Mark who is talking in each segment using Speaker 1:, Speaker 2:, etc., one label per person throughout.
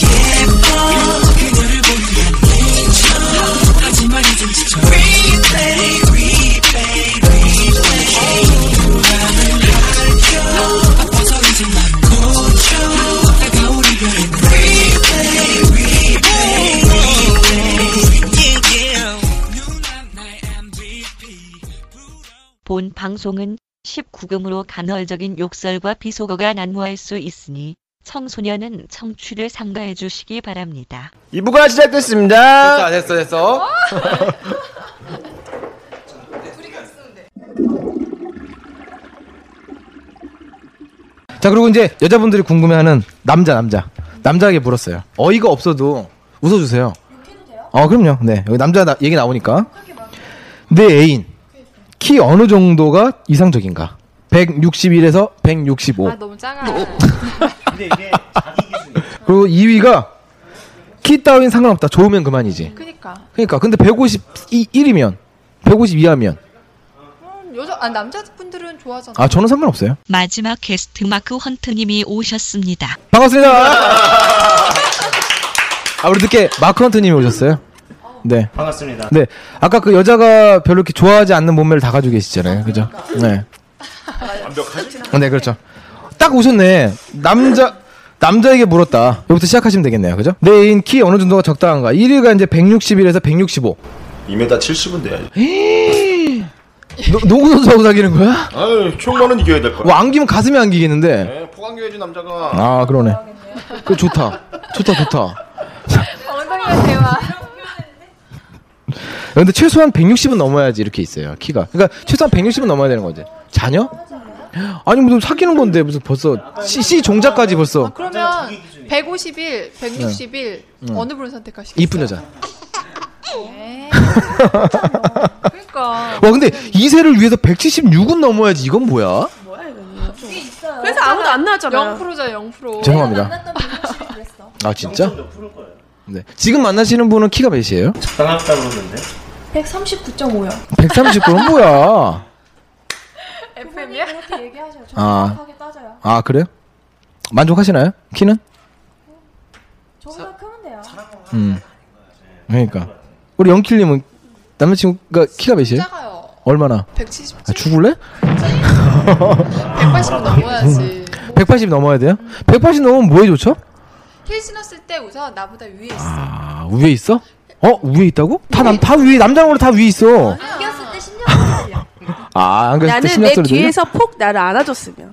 Speaker 1: 예뻐 그녀를 보는 난 미쳐 하지만 이젠 지쳐 Replay replay replay 누가를 밝혀 바빠서 이젠 난 고쳐 다가올 이별은 Replay replay replay yeah yeah 누나 나의 MVP 부러워
Speaker 2: 본 방송은 19금으로 간헐적인 욕설과 비속어가 난무할 수 있으니 청소년은 청취를 삼가해 주시기 바랍니다.
Speaker 3: 2부가 시작됐습니다.
Speaker 4: 됐어 됐어 됐어 자 그리고 이제 여자분들이 궁금해하는 남자 남자 남자에게 물었어요 어이가 없어도 웃어주세요 어 그럼요 네 여기 남자 나- 얘기 나오니까 내 애인 키 어느 정도가 이상적인가 161에서 165
Speaker 5: 아 너무 작아.
Speaker 4: 그리고 2위가 키 따윈 상관없다 좋으면 그만이지
Speaker 5: 그니까
Speaker 4: 그러니까 근데 151이면 152하면
Speaker 5: 음, 여자 아 남자분들은 좋아하잖아.
Speaker 4: 아 저는 상관없어요.
Speaker 2: 마지막 게스트 마크 헌트님이 오셨습니다.
Speaker 4: 반갑습니다. 아 우리 늦게 마크 헌트님이 오셨어요. 네.
Speaker 3: 반갑습니다.
Speaker 4: 네. 아까 그 여자가 별로 이렇게 좋아하지 않는 몸매를 다 가지고 계시잖아요. 그죠? 네. 완벽하죠. 네, 그렇죠. 딱 오셨네. 남자 남자에게 물었다. 여기부터 시작하시면 되겠네요. 그죠? 내 애인 키 어느 정도가 적당한가? 1위가 이제 161에서 165.
Speaker 3: 2m 70은 돼야지.
Speaker 4: 노, 농구 선수하고 사귀는 거야?
Speaker 3: 아유, 총만은 이겨야 될 거야.
Speaker 4: 와 안기면 가슴이 안기겠는데.
Speaker 3: 어? 네, 포강교회지 남자가.
Speaker 4: 아 그러네. 그 좋다. 좋다 좋다.
Speaker 5: 엉덩이가 대화.
Speaker 4: 근데 최소한 160은 넘어야지 이렇게 있어요 키가. 그러니까 최소한 160은 넘어야 되는 거지. 자녀? 아니 무슨 사귀는 건데 무슨 벌써 C, C 종자까지 벌써
Speaker 5: 그러면 151, 161 어느 분을 선택하시겠어요?
Speaker 4: 이쁜 여자.
Speaker 5: 에이, 그러니까.
Speaker 4: 와 근데 이세를 위해서 176은 넘어야지 이건 뭐야?
Speaker 6: 그래서 아무도 안 나왔잖아요.
Speaker 5: 0%자 0%.
Speaker 4: 죄송합니다. 아 진짜? 네. 지금 만나시는 분은 키가 몇이에요?
Speaker 3: 적당하다고 그러는데.
Speaker 6: 139.5요.
Speaker 4: 139는 뭐야?
Speaker 5: FM이야?
Speaker 6: 그렇게 얘기하셔요. 저
Speaker 4: 아.
Speaker 6: 정확하게 따져요.
Speaker 4: 아 그래요? 만족하시나요? 키는?
Speaker 6: 저보다 크면 돼요.
Speaker 4: 음. 그러니까 우리 영킬님은 남자친구가 키가 몇이에요?
Speaker 5: 작아요.
Speaker 4: 얼마나?
Speaker 5: 177,
Speaker 4: 아, 죽을래?
Speaker 5: 180은
Speaker 4: 음.
Speaker 5: 넘어야지.
Speaker 4: 180 넘어야 돼요?
Speaker 6: 음.
Speaker 4: 180 넘으면 뭐에 좋죠?
Speaker 5: 힐 신었을 때 우선 나보다 위에 있어.
Speaker 4: 아 위에 있어? 어 위에 있다고? 다 남 다 위에 남장으로 다 위에 있어.
Speaker 6: 아, 안겼을 때 10년 걸려.
Speaker 4: 아안 그랬을 때
Speaker 6: 나는 내
Speaker 4: 신경 쓰는
Speaker 6: 뒤에서 폭 나를 안아줬으면.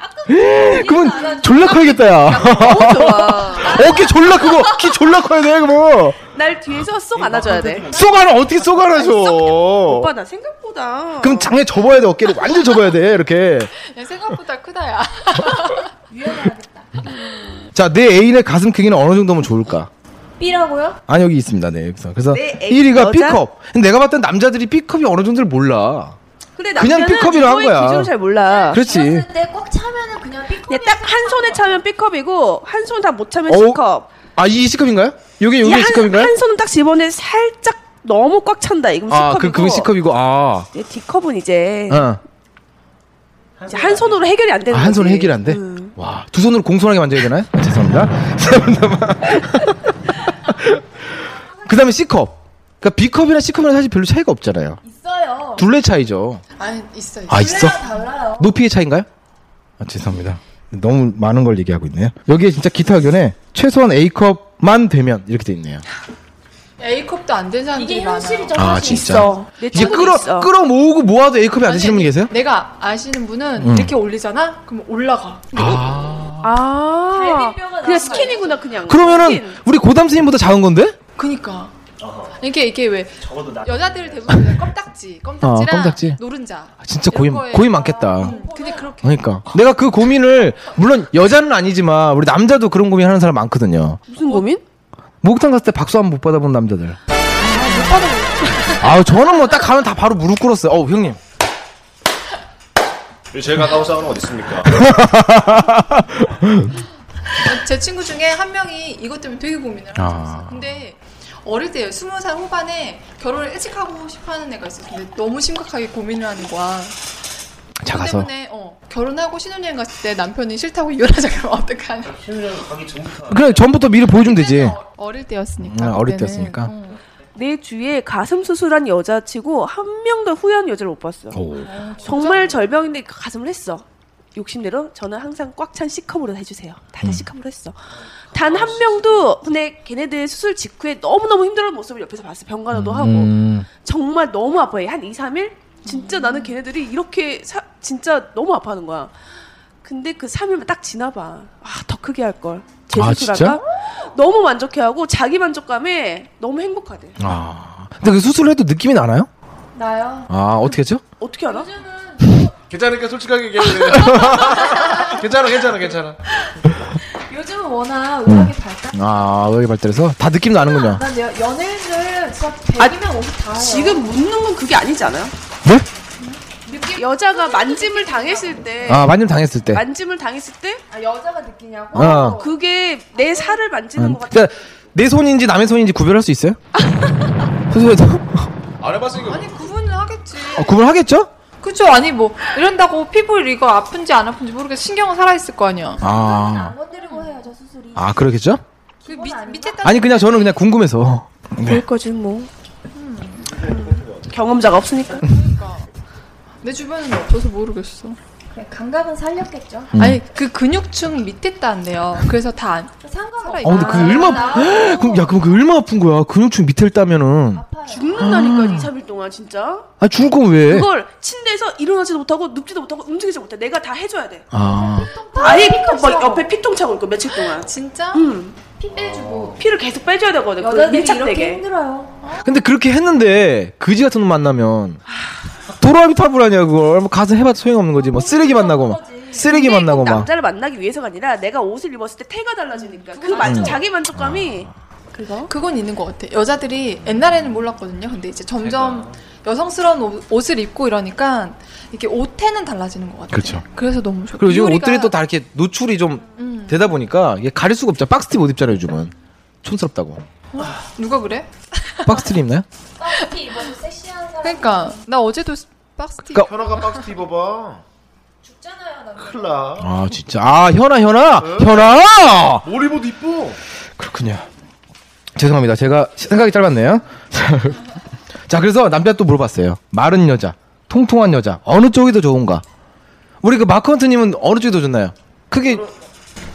Speaker 4: 그건 졸라 커야겠다
Speaker 6: 아,
Speaker 4: 야.
Speaker 6: 너무 그렇죠. 좋아.
Speaker 4: 어깨 졸라 크고 키 졸라 커야 돼 그거.
Speaker 6: 날 뒤에서 쏙 안아줘야 돼.
Speaker 4: 쏘가라 어떻게 쏘가라죠?
Speaker 6: 오빠 나 생각보다.
Speaker 4: 그럼 장례 접어야 돼 어깨를 완전 접어야 돼 이렇게.
Speaker 5: 야, 생각보다 크다야.
Speaker 4: 자 내 애인의 가슴 크기는 어느 정도면 좋을까?
Speaker 6: B라고요?
Speaker 4: 아니 여기 있습니다. 네 여기서 그래서
Speaker 6: 내 애인
Speaker 4: 1위가
Speaker 6: 여자?
Speaker 4: B컵. 근데 내가 봤던 남자들이 B컵이 어느 정도를 몰라.
Speaker 6: 근데
Speaker 4: 그냥
Speaker 6: 남자는
Speaker 4: B컵이라 한
Speaker 6: 그거의
Speaker 4: 거야.
Speaker 6: 기준을 잘 몰라.
Speaker 4: 그렇지.
Speaker 7: 때꼭 차면은 그냥 삐
Speaker 6: 그냥 딱한 손에 차면 B컵이고 한 손 다 못 차면
Speaker 4: 어,
Speaker 6: C컵.
Speaker 4: 아 이 C컵인가요? 요게
Speaker 6: 이게
Speaker 4: 요게
Speaker 6: 한-
Speaker 4: C컵인가요?
Speaker 6: 한 손은 딱 집어내 살짝 너무 꽉 찬다. 이건
Speaker 4: 아
Speaker 6: C컵이고.
Speaker 4: 그 그건 C컵이고 아.
Speaker 6: 이제 D컵은 이제,
Speaker 4: 어.
Speaker 6: 이제 한 손으로 해결이 안 되는
Speaker 4: 아, 한 손으로
Speaker 6: 거지.
Speaker 4: 해결이 안 돼?
Speaker 6: 음.
Speaker 4: 와, 두 손으로 공손하게 만져야 되나요? 죄송합니다. 그 다음에 C컵. 그러니까 B컵이랑 C컵이랑 사실 별로 차이가 없잖아요.
Speaker 7: 있어요.
Speaker 4: 둘레 차이죠.
Speaker 5: 아니 있어. 있어.
Speaker 4: 아, 있어?
Speaker 7: 달라요.
Speaker 4: 높이의 차이인가요? 아, 죄송합니다. 너무 많은 걸 얘기하고 있네요. 여기에 진짜 기타 의견에 최소한 A컵만 되면 이렇게 돼 있네요.
Speaker 5: A컵 A컵도 안 된 사람들이 많아요.
Speaker 4: 아 진짜.
Speaker 6: 있어. 내
Speaker 4: 이제
Speaker 6: 친구도
Speaker 4: 끌어
Speaker 6: 있어.
Speaker 4: 끌어 모으고 모아도 A컵이 안 되시는 분 계세요?
Speaker 5: 내가 아시는 분은
Speaker 4: 음.
Speaker 5: 이렇게 올리잖아? 그럼 올라가.
Speaker 6: 아, 그냥 스킨이구나 그냥.
Speaker 4: 그러면은 우리 고담 스님보다 작은 건데?
Speaker 5: 그니까. 이게 이게 왜 여자들 대부분 그냥 껌딱지, 껌딱지랑
Speaker 4: 어, 껌딱지.
Speaker 5: 노른자.
Speaker 4: 아, 진짜 고민
Speaker 5: 이런 음. 거에-
Speaker 4: 고민 많겠다.
Speaker 5: 근데 그렇게
Speaker 4: 그러니까 내가 그 고민을 물론 여자는 아니지만 우리 남자도 그런 고민 하는 사람 많거든요.
Speaker 6: 무슨 고민?
Speaker 4: 목욕탕 갔을 때 박수 한 번 못 받아본 남자들. 아 저는 뭐 딱 가면 다 바로 무릎 꿇었어요. 어 형님.
Speaker 3: 제일 가까운 사우나 어디 있습니까?
Speaker 5: 제 친구 중에 한 명이 이것 때문에 되게 고민을 하고
Speaker 4: 아.
Speaker 5: 있어요. 근데 어릴 때 스무 살 후반에 결혼을 일찍 하고 싶어하는 애가 있었어. 근데 너무 심각하게 고민을 하는 거야.
Speaker 4: 작아서.
Speaker 5: 그 때문에 어, 결혼하고 신혼여행 갔을 때 남편이 싫다고 이혼하자 그러면 어떡하냐.
Speaker 4: 그냥 전부터 미리 보여주면 되지.
Speaker 5: 어릴 때였으니까.
Speaker 4: 응, 음, 어릴
Speaker 5: 그때는.
Speaker 4: 때였으니까.
Speaker 5: 어.
Speaker 6: 내 주위에 가슴 수술한 여자치고 한 명도 후회한 여자를 못 봤어.
Speaker 5: 아, 진짜?
Speaker 6: 정말 절병인데 그 가슴을 했어. 욕심대로 저는 항상 꽉 찬 C컵으로 해주세요.
Speaker 5: 음.
Speaker 6: 다들 C컵으로 했어. 단 한 명도 근데 걔네들 수술 직후에 너무너무 힘들어하는 모습을 옆에서 봤어. 병간호도 하고
Speaker 4: 음.
Speaker 6: 정말 너무 아파해. 한 2, 3일? 진짜 나는 걔네들이 이렇게 사- 진짜 너무 아파하는 거야. 근데 그 3일만 딱 지나봐. 아, 더 크게 할 걸.
Speaker 4: 아,
Speaker 6: 재수술할까? 너무 만족해하고 자기 만족감에 너무 행복하대.
Speaker 4: 아. 근데 그 수술을 해도 느낌이 나나요?
Speaker 5: 나요.
Speaker 4: 아 어떻게 했죠?
Speaker 6: 어떻게 알아?
Speaker 3: 괜찮으니까 솔직하게 얘기해요. 괜찮아, 괜찮아, 괜찮아.
Speaker 5: 요즘은 워낙 음악이 발달.
Speaker 4: 아 여기 발달해서 다 느낌 나는군요.
Speaker 5: 난 여- 연애를 진짜
Speaker 6: 아,
Speaker 5: 100이면 50 다예요.
Speaker 6: 지금 묻는 건 그게 아니지 않아요?
Speaker 4: 네?
Speaker 6: 느낌- 여자가 만짐을 당했을 때
Speaker 4: 아 만님 당했을 때.
Speaker 6: 네. 만짐을 당했을 때
Speaker 5: 아, 여자가 느끼냐고?
Speaker 4: 어.
Speaker 6: 그게 내 살을 만지는 것 같아.
Speaker 4: 그러니까 내 손인지 남의 손인지 구별할 수 있어요? 수술해도
Speaker 3: 안 해봤으니까.
Speaker 5: 아니 구분을 하겠지.
Speaker 4: 어, 구분하겠죠?
Speaker 5: 그쵸 아니 뭐 이런다고 피부 이거 아픈지 안 아픈지 모르게 신경은 살아 있을 거 아니야.
Speaker 4: 아,
Speaker 8: 건드리고 해요 저 수술이
Speaker 4: 아 그러겠죠?
Speaker 5: 그 밑, 밑에 따
Speaker 4: 아니 그냥 저는 그냥 궁금해서.
Speaker 6: 그럴 거지 뭐. 음. 경험자가 없으니까.
Speaker 5: 내 주변에는 없어서 모르겠어.
Speaker 8: 그냥 감각은 살렸겠죠
Speaker 4: 음.
Speaker 5: 아니 그 근육층 밑에 따인데요. 그래서 다 안.
Speaker 8: 상관없어
Speaker 4: 어, 근데
Speaker 5: 아.
Speaker 4: 그 얼마 그럼 야 그럼 그 얼마 아픈 거야? 근육층 밑에 따면은
Speaker 6: 죽는다니까 2, 3일 동안 진짜.
Speaker 4: 아 죽을 거면 왜?
Speaker 6: 그걸 침대에서 일어나지도 못하고 눕지도 못하고 움직이지 못해. 내가 다 해줘야 돼.
Speaker 4: 아
Speaker 6: 아예 막 옆에 피통 차고 있고 며칠 동안.
Speaker 5: 진짜?
Speaker 6: 음.
Speaker 8: 피 빼주고
Speaker 6: 피를 계속 빼줘야 되거든. 그
Speaker 8: 여자들이 이렇게
Speaker 6: 밀착되게.
Speaker 8: 힘들어요
Speaker 4: 근데 그렇게 했는데 그지 같은 놈 만나면 도라미 팝을 하냐 그걸 뭐 가서 해봤자 소용없는 거지 뭐 쓰레기 만나고 막 쓰레기
Speaker 6: 근데
Speaker 4: 만나고
Speaker 6: 꼭
Speaker 4: 막
Speaker 6: 남자를 만나기 위해서가 아니라 내가 옷을 입었을 때 태가 달라지니까 그
Speaker 4: 음.
Speaker 6: 만족 자기 만족감이
Speaker 4: 아.
Speaker 6: 그거
Speaker 5: 뭐? 그건 있는 것 같아. 여자들이 옛날에는 몰랐거든요. 근데 이제 점점 여성스러운 옷- 옷을 입고 이러니까 이렇게 옷태는 달라지는 것 같아.
Speaker 4: 그렇죠.
Speaker 5: 그래서 너무 좋아.
Speaker 4: 그리고 요즘
Speaker 5: 이효리가-
Speaker 4: 옷들이 또 다 이렇게 노출이 좀
Speaker 5: 음.
Speaker 4: 되다 보니까 이게 가릴 수가 없잖아 박스티 못 입잖아 요즘은 촌스럽다고
Speaker 5: 누가 그래?
Speaker 4: 박스티 입나요?
Speaker 8: 티 입어도 섹시한 사람
Speaker 5: 그러니까 나 어제도 박스티.
Speaker 4: 그러니까-
Speaker 3: 현아가 박스 입어봐.
Speaker 8: 죽잖아요 남자
Speaker 3: 큰일 나.
Speaker 4: 아 진짜 아 현아 현아
Speaker 3: 응?
Speaker 4: 현아
Speaker 3: 뭘 입어도 이뻐.
Speaker 4: 그렇군요 죄송합니다 제가 시- 생각이 짧았네요 자 그래서 남자 또 물어봤어요 마른 여자 통통한 여자 어느 쪽이 더 좋은가 우리 그 마크헌트님은 어느 쪽이 더 좋나요 크게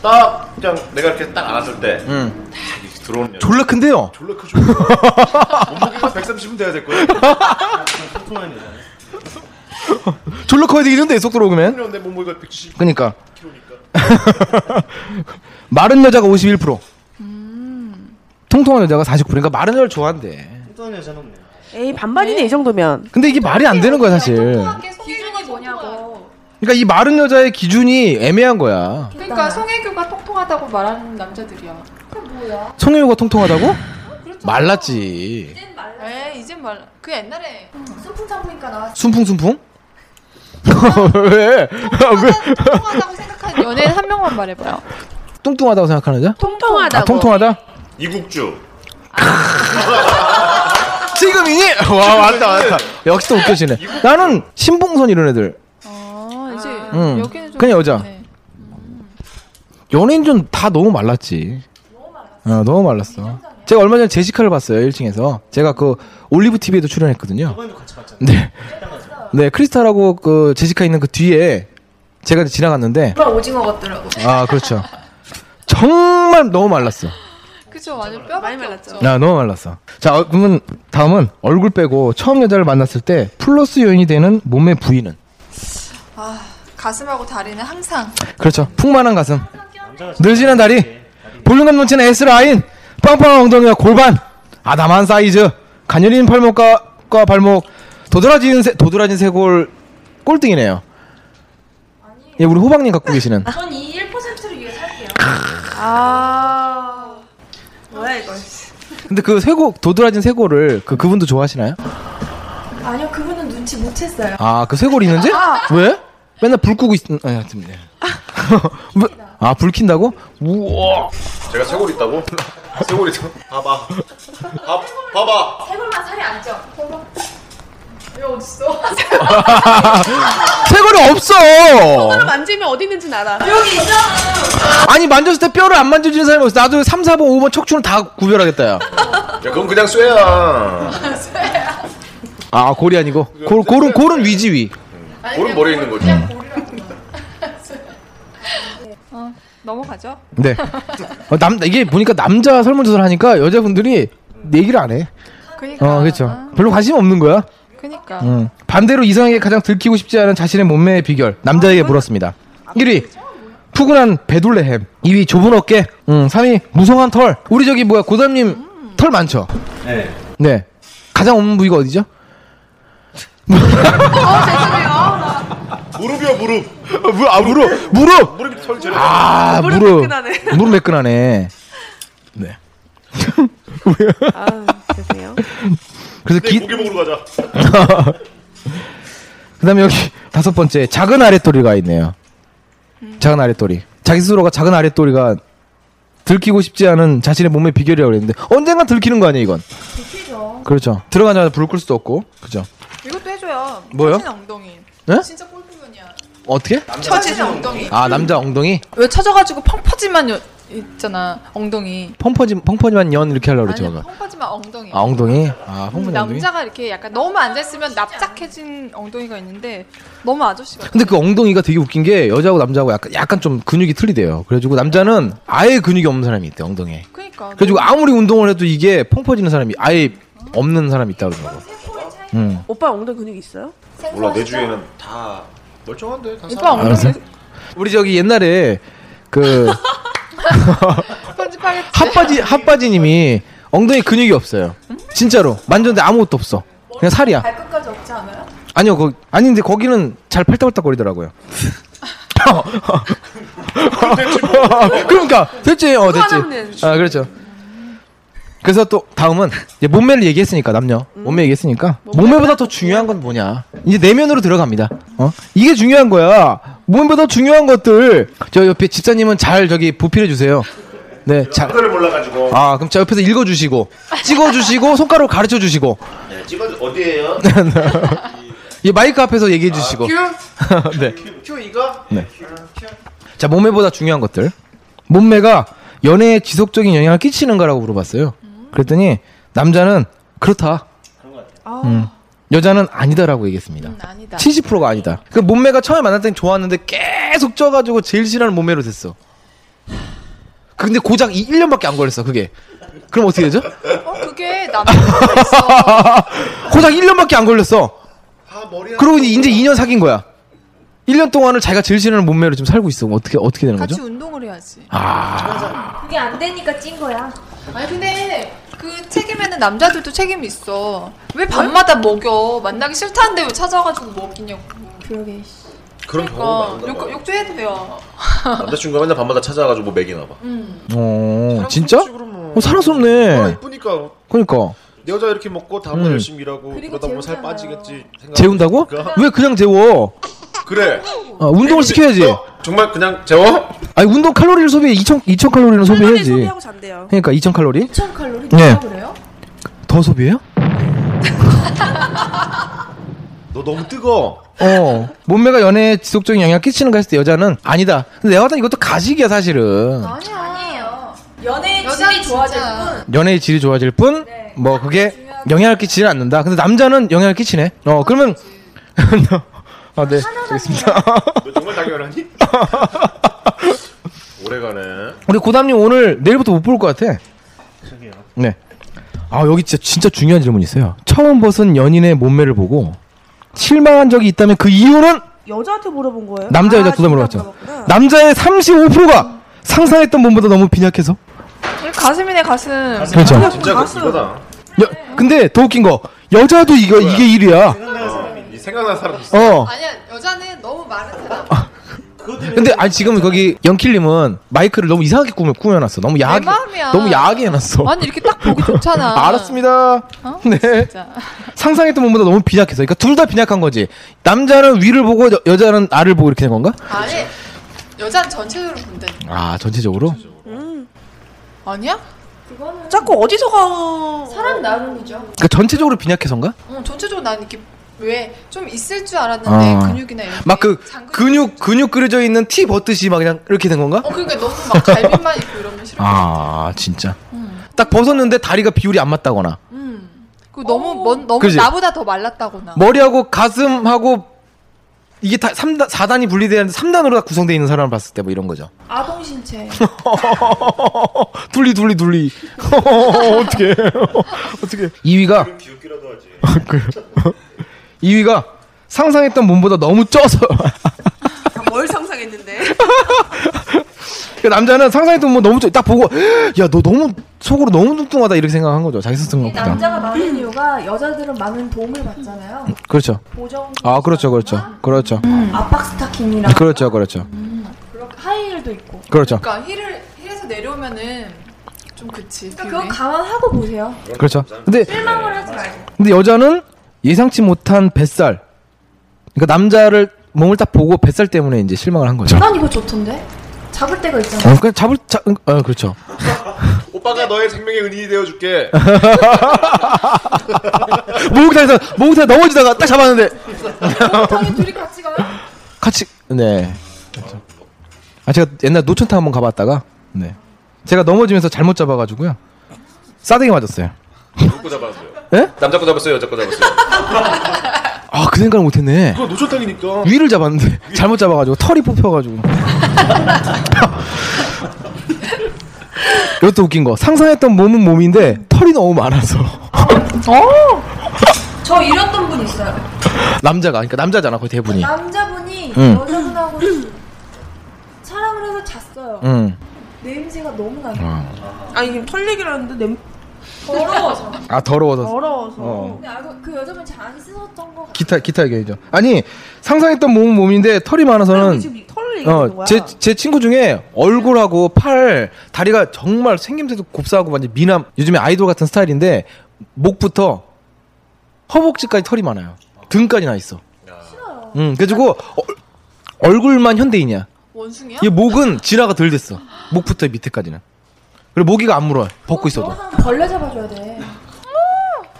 Speaker 3: 딱 그냥 내가 이렇게 딱 안았을 때
Speaker 4: 음
Speaker 3: 이렇게 들어오는 여자.
Speaker 4: 졸라 큰데요
Speaker 3: 졸라 크죠. 몸무게가 130은 돼야 될 거야.
Speaker 4: 졸라 커야 되겠는데 속 들어오면
Speaker 3: 그냥 내 몸무게가 170.
Speaker 4: 그니까 마른 여자가 51% 통통한 여자가 49% 그러니까 마른 여자를 좋아한대
Speaker 6: 에이 반반이네 이 정도면
Speaker 4: 근데 이게 말이 안 되는 거야 사실
Speaker 5: 기준이 뭐냐고.
Speaker 4: 그러니까 이 마른 여자의 기준이 애매한 거야
Speaker 5: 그러니까 송혜교가 통통하다고 말하는 남자들이야.
Speaker 4: 송혜교가 통통하다고? 말랐지
Speaker 5: 에 이젠 말. 그 옛날에
Speaker 8: 순풍 참으니까 나왔어
Speaker 4: 순풍순풍? 왜?
Speaker 5: 통통하다- 통통하다고 생각하는 연예인 한 명만 말해봐요.
Speaker 4: 뚱뚱하다고 생각하는 여자?
Speaker 6: 통통하다고
Speaker 4: 아 통통하다?
Speaker 3: 이국주.
Speaker 4: 지금이니? 와 맞다 맞다 역시 또 웃겨지네 나는 신봉선 이런 애들
Speaker 5: 아 이제
Speaker 4: 음.
Speaker 5: 여기는 좀
Speaker 4: 그냥 여자.
Speaker 5: 그렇네.
Speaker 4: 연예인 좀 다 너무 말랐지. 어, 너무 말랐어. 제가 얼마 전에 제시카를 봤어요, 1층에서. 제가 그 올리브 TV에도 출연했거든요. 네. 네, 크리스탈하고 그 제시카 있는 그 뒤에 제가 이제 지나갔는데
Speaker 5: 오빠 오징어 같더라고.
Speaker 4: 아, 그렇죠. 정말 너무 말랐어.
Speaker 5: 그죠 완전 뼈밖에 많이 말랐죠.
Speaker 4: 나 너무 말랐어. 자, 어, 그러면 다음은 얼굴 빼고 처음 여자를 만났을 때 플러스 요인이 되는 몸의 부위는?
Speaker 5: 아 가슴하고 다리는 항상
Speaker 4: 그렇죠. 풍만한 가슴, 늘씬한 다리, 볼륨감 넘치는 S 라인, 빵빵한 엉덩이와 골반, 아담한 사이즈, 가녀린 팔목과 과 발목, 도드라진 세, 도드라진 쇄골 꼴등이네요. 예, 우리 호박님 갖고 계시는.
Speaker 8: 전이 1%를 위해 살게요.
Speaker 6: 아 뭐야 이거
Speaker 4: 근데 그 쇄골 도드라진 쇄골을 그 그분도 좋아하시나요?
Speaker 8: 아니요, 그분은 눈치 못 챘어요.
Speaker 4: 아, 그 쇄골 있는지?
Speaker 8: 아.
Speaker 4: 왜? 맨날 불 끄고 있, 아니, 하여튼, 네. 뭐- 아, 불 킨다고? 우와.
Speaker 3: 제가 쇄골 있다고? 쇄골 있다고? 봐봐. 봐, 봐봐.
Speaker 8: 세골만 살이 안 쪄. 봐봐. 여기 어딨어?
Speaker 4: 쇄골이 없어!
Speaker 6: 손으로 만지면 어디 있는지 알아
Speaker 8: 여기 있잖아.
Speaker 4: 아니, 만졌을 때 뼈를 안 만져주는 사람이 없어. 나도 3, 4번, 5번 척추는 다 구별하겠다, 야.
Speaker 3: 야, 그건 그냥 쇠야.
Speaker 4: 아, 골이 아니고. 골, 골은, 골은 위지, 위.
Speaker 3: 골은 머리에 있는 거지.
Speaker 5: 어, 넘어가죠.
Speaker 4: 네. 어, 남, 이게 보니까 남자 설문조사를 하니까 여자분들이 얘기를 안 해.
Speaker 5: 그니까
Speaker 4: 어, 그렇죠. 별로 관심 없는 거야.
Speaker 5: 그니까
Speaker 4: 음. 반대로 이성에게 가장 들키고 싶지 않은 자신의 몸매의 비결 남자에게 물었습니다. 1위 푸근한 배둘레햄, 2위 좁은 어깨, 음, 3위 무성한 털. 우리 저기 뭐야 고담님 털 많죠?
Speaker 9: 네.
Speaker 4: 네. 가장 없는 부위가 어디죠?
Speaker 3: 무릎이요, 무릎.
Speaker 4: 무릎, 아, 무릎, 무릎.
Speaker 3: 무릎이 털 제일.
Speaker 4: 아
Speaker 3: 많아.
Speaker 4: 무릎 무릎 매끈하네. 네. 왜요?
Speaker 6: 아 죄송해요
Speaker 4: 그래서
Speaker 3: 네,
Speaker 4: 기-
Speaker 3: 고기 먹으러 가자.
Speaker 4: 그다음에 여기 다섯 번째 작은 아랫도리가 있네요.
Speaker 5: 음.
Speaker 4: 작은 아랫도리. 자기 스스로가 작은 아랫도리가 들키고 싶지 않은 자신의 몸의 비결이라고 그랬는데 언젠간 들키는 거 아니에요 이건?
Speaker 5: 들키죠.
Speaker 4: 그렇죠. 들어가자마자 불을 끌 수도 없고, 그죠?
Speaker 5: 이것도 해줘요.
Speaker 4: 뭐요?
Speaker 5: 처진 엉덩이.
Speaker 4: 네?
Speaker 5: 진짜 꼴부분이야.
Speaker 4: 어떻게?
Speaker 5: 처진 엉덩이.
Speaker 4: 아 남자 엉덩이
Speaker 5: 왜 쳐져가지고 펑퍼짐만 여- 있잖아 엉덩이.
Speaker 4: 펑퍼지 펑퍼지만 연 이렇게 하려고 그랬죠. 아까.
Speaker 5: 펑퍼짐만 엉덩이.
Speaker 4: 아 엉덩이 아 펑퍼지 엉덩이.
Speaker 5: 음, 남자가 이렇게 약간 너무 앉아있으면 납작해진 엉덩이가 있는데 너무 아저씨 같아.
Speaker 4: 근데 그 엉덩이가 되게 웃긴 게 여자하고 남자하고 약간 약간 좀 근육이 틀리대요. 그래가지고 남자는 아예 근육이 없는 사람이 있대 엉덩이에.
Speaker 5: 그러니까.
Speaker 4: 그래가지고 아무리 운동을 해도 이게 펑퍼지는 사람이 아예 없는 사람이 있다 그러더라고. 응.
Speaker 6: 오빠 엉덩이 근육 있어요?
Speaker 3: 몰라, 내 주위에는 다 멀쩡한데. 다
Speaker 6: 오빠
Speaker 3: 사람.
Speaker 4: 알았어. 우리 저기 옛날에 그
Speaker 5: 편집하겠지.
Speaker 4: 핫바지 핫바지님이 엉덩이 근육이 없어요. 진짜로 만졌는데 아무것도 없어. 그냥 살이야.
Speaker 5: 발끝까지 없지 않아요?
Speaker 4: 아니요, 거, 아니 근데 거기는 잘 팔딱팔딱거리더라고요. 그러니까 됐지, 어
Speaker 5: 뭐. 그거
Speaker 4: 됐지.
Speaker 5: 하나는
Speaker 4: 아 그렇죠. 그래서 또 다음은 이제 몸매를 얘기했으니까 남녀
Speaker 5: 음.
Speaker 4: 몸매 얘기했으니까 몸매보다 더 중요한 건 뭐냐? 이제 내면으로 들어갑니다. 어 이게 중요한 거야. 몸보다 중요한 것들 저 옆에 집사님은 잘 저기 보필해 주세요. 네, 잘.
Speaker 3: 카드를 몰라가지고.
Speaker 4: 아 그럼 저 옆에서 읽어주시고 찍어주시고 손가락 가르쳐 주시고
Speaker 3: 네, 찍어 어디에요? 아,
Speaker 4: 이 마이크 앞에서 얘기해 주시고. 네.
Speaker 3: 큐 이거?
Speaker 4: 네. 자, 몸매보다 중요한 것들. 몸매가 연애에 지속적인 영향을 끼치는가라고 물어봤어요. 그랬더니 남자는 그렇다. 음. 여자는 아니다라고 얘기했습니다. 70%가 아니다. 그 몸매가 처음에 만났을 땐 좋았는데 계속 쪄가지고 제일 싫어하는 몸매로 됐어. 근데 고작 이 1년밖에 안 걸렸어, 그게. 그럼 어떻게 되죠? 아,
Speaker 5: 어 그게 남자.
Speaker 4: 고작 1년밖에 안 걸렸어.
Speaker 3: 아,
Speaker 4: 그리고 이제 2년 사귄 거야. 1년 동안을 자기가 제일 싫어하는 몸매로 지금 살고 있어. 어떻게 어떻게 되는
Speaker 5: 같이
Speaker 4: 거죠?
Speaker 5: 운동을 해야지.
Speaker 4: 아.
Speaker 5: 그게 안 되니까 찐 거야. 아니 근데 그 책임에는 남자들도 책임이 있어. 왜 밤마다 먹여? 만나기 싫다는데 왜 찾아가지고 먹이냐고. 그러게.
Speaker 3: 그런 경우가 많은가
Speaker 5: 그러니까
Speaker 3: 봐.
Speaker 5: 욕, 욕도 해도 돼요.
Speaker 3: 남자친구가 맨날 밤마다 찾아가지고 뭐 먹이나 봐.
Speaker 5: 음.
Speaker 4: 어, 진짜?
Speaker 3: 뭐.
Speaker 4: 어, 사랑스럽네.
Speaker 3: 아, 이쁘니까
Speaker 4: 그러니까
Speaker 3: 내 여자 이렇게 먹고 다음날
Speaker 4: 음.
Speaker 3: 열심히 일하고 그러다 보면 살 빠지겠지. 생각-
Speaker 4: 재운다고?
Speaker 3: 그러니까.
Speaker 4: 왜 그냥 재워?
Speaker 3: 그래.
Speaker 4: 아,
Speaker 3: 어?
Speaker 4: 운동을 시켜야지.
Speaker 3: 정말 그냥 재워?
Speaker 4: 아니 운동 칼로리를 소비해 2000 2 0 칼로리는 소비해야지.
Speaker 3: 소비하고 잔대요.
Speaker 4: 그러니까 2000 칼로리?
Speaker 6: 2,000 칼로리
Speaker 4: 네.
Speaker 6: 뭐라 그래요?
Speaker 4: 더 소비해요?
Speaker 3: 너 너무 뜨거.
Speaker 4: 어. 몸매가 연애에 지속적인 영향을 끼치는가 했을 때 여자는 아니다. 근데 내가 봤을 때 이것도 가식이야, 사실은.
Speaker 8: 아니에요. 연애의
Speaker 5: 여자는
Speaker 8: 질이 좋아질 뿐.
Speaker 4: 연애의 질이 좋아질 뿐, 뭐 그게 영향을 끼치지는 않는다. 근데 남자는 영향을 끼치네. 어, 그러면 아, 네. 알겠습니다.
Speaker 3: 너뭐 정말 당연하니? 오래가네.
Speaker 4: 우리 고담님 오늘 내일부터 못 볼 것 같아. 네. 아 여기 진짜 진짜 중요한 질문이 있어요. 처음 벗은 연인의 몸매를 보고 실망한 적이 있다면 그 이유는
Speaker 6: 여자한테 물어본 거예요? 아,
Speaker 4: 남자 여자 두 대 물어봤죠. 남자의 35%가 상상했던 몸보다 너무 빈약해서.
Speaker 5: 가슴이네 가슴.
Speaker 4: 그렇죠. 진짜
Speaker 3: 그 이거다.
Speaker 4: 여, 근데 더 웃긴 거 여자도 이거 이게 1위야.
Speaker 3: 아, 어, 이 생각난 사람 있어.
Speaker 4: 어.
Speaker 5: 아니야 여자는 너무 마른 사람.
Speaker 4: 근데 아니 지금 거기 영킬님은 마이크를 너무 이상하게 꾸며 꾸며놨어. 너무 야하게
Speaker 5: 마음이야.
Speaker 4: 너무 야하게 해놨어.
Speaker 5: 아니 이렇게 딱 보기 좋잖아.
Speaker 4: 알았습니다.
Speaker 5: 어?
Speaker 4: 네.
Speaker 5: 진짜.
Speaker 4: 상상했던 몸보다 너무 빈약해서. 그러니까 둘 다 빈약한 거지. 남자는 위를 보고 여, 여자는 아를 보고 이렇게 된 건가?
Speaker 5: 아니 여자는 전체적으로 본대.
Speaker 4: 아 전체적으로.
Speaker 5: 아니야?
Speaker 6: 그거는 음. 자꾸 어디서 가?
Speaker 5: 사람 나름이죠.
Speaker 4: 그러니까 전체적으로 빈약해서인가?
Speaker 5: 어, 전체적으로 난 이렇게 왜 좀 있을 줄 알았는데
Speaker 4: 아.
Speaker 5: 근육이나 이런.
Speaker 4: 막 그 근육 근육 그려져 있는 티 벗듯이 막 그냥 이렇게 된 건가?
Speaker 5: 어 그러니까 너무 막 갈비만 있고 이러면 싫어.
Speaker 4: 아 진짜. 딱 벗었는데 다리가 비율이 안 맞다거나
Speaker 5: 음. 그리고 너무 먼 너무
Speaker 4: 그지? 뭐-
Speaker 5: 나보다 더 말랐다거나.
Speaker 4: 머리하고 가슴하고 이게 다 3단 4단이 분리되는데 3단으로 다 구성되어 있는 사람을 봤을 때 뭐 이런 거죠.
Speaker 5: 아동 신체.
Speaker 4: 둘리 둘리 둘리. 어떻게 어떻게? 2위가
Speaker 3: 기웃기라도 하지.
Speaker 4: 2위가 상상했던 몸보다 너무 쪄서
Speaker 8: 아,
Speaker 6: 뭘 상상했는데?
Speaker 4: 그 남자는 상상했던 몸 너무 쪄 딱 보고 야 너 너무 속으로 너무 뚱뚱하다 이렇게 생각한 거죠. 자기 스스로보다.
Speaker 8: 남자가 많은 이유가 여자들은 많은 도움을 받잖아요.
Speaker 4: 그렇죠.
Speaker 8: 보정,
Speaker 4: 아 그렇죠 그렇죠 그렇죠.
Speaker 8: 압박 스타킹이랑
Speaker 4: 그렇죠 그렇죠.
Speaker 8: 음, 그렇게 하이힐도 있고.
Speaker 4: 그렇죠.
Speaker 5: 그러니까 힐을 힐에서 내려오면은 좀 그치.
Speaker 8: 그러니까 그건 감안하고 보세요.
Speaker 4: 그렇죠. 근데
Speaker 8: 실망을 하지 말고.
Speaker 4: 근데 여자는 예상치 못한 뱃살. 그러니까 남자를 몸을 딱 보고 뱃살 때문에 이제 실망을 한 거죠.
Speaker 8: 난 이거 좋던데. 잡을 때가 있잖아.
Speaker 4: 어, 그냥 잡을 자, 응, 어, 그렇죠.
Speaker 3: 오빠가 너의 생명의 은인이 되어줄게.
Speaker 4: 목욕탕에서 목욕탕 넘어지다가 딱 잡았는데
Speaker 5: 어,
Speaker 8: 목욕탕에 둘이 같이 가요?
Speaker 4: 같이 네. 그렇죠. 아 제가 옛날 노천탕 한번 가봤다가 네 제가 넘어지면서 잘못 잡아가지고요 싸대기 맞았어요.
Speaker 3: 누구 거 잡았어요?
Speaker 4: 예?
Speaker 3: 남자 거 잡았어요, 여자 거 잡았어요.
Speaker 4: 아 그 생각을 못했네.
Speaker 3: 그거 노천탕이니까.
Speaker 4: 위를 잡았는데 잘못 잡아가지고 털이 뽑혀가지고 이것도 웃긴 거 상상했던 몸은 몸인데 털이 너무 많아서
Speaker 8: 어? 저 이랬던 분 있어요.
Speaker 4: 남자가 그러니까 남자잖아 거의 대부분이
Speaker 8: 남자분이
Speaker 4: 응.
Speaker 8: 여자분하고 사랑을 해서 잤어요.
Speaker 4: 응.
Speaker 8: 냄새가 너무 나요.
Speaker 6: 아 이게 털 얘기를 하는데 냄
Speaker 8: 더러워서.
Speaker 4: 아 더러워서
Speaker 6: 더러워서.
Speaker 4: 어.
Speaker 8: 근데 알고 그 여자분 잘 안 씻었던 거 같아.
Speaker 4: 기타 기타 얘기죠 아니 상상했던 몸은 몸인데 털이 많아서는
Speaker 6: 털을 얘기하는
Speaker 4: 어,
Speaker 6: 거야.
Speaker 4: 제, 제 친구 중에 얼굴하고 팔, 다리가 정말 생김새도 곱사하고 완전 미남, 요즘에 아이돌 같은 스타일인데, 목부터 허벅지까지 털이 많아요. 등까지 나 있어. 응, 그래가지고, 어, 얼굴만 현대인이야.
Speaker 5: 원숭이야?
Speaker 4: 얘 목은 진화가 덜 됐어. 목부터 밑에까지는. 그리고 모기가 안 물어요. 벗고 있어도.
Speaker 8: 벌레 잡아줘야 돼.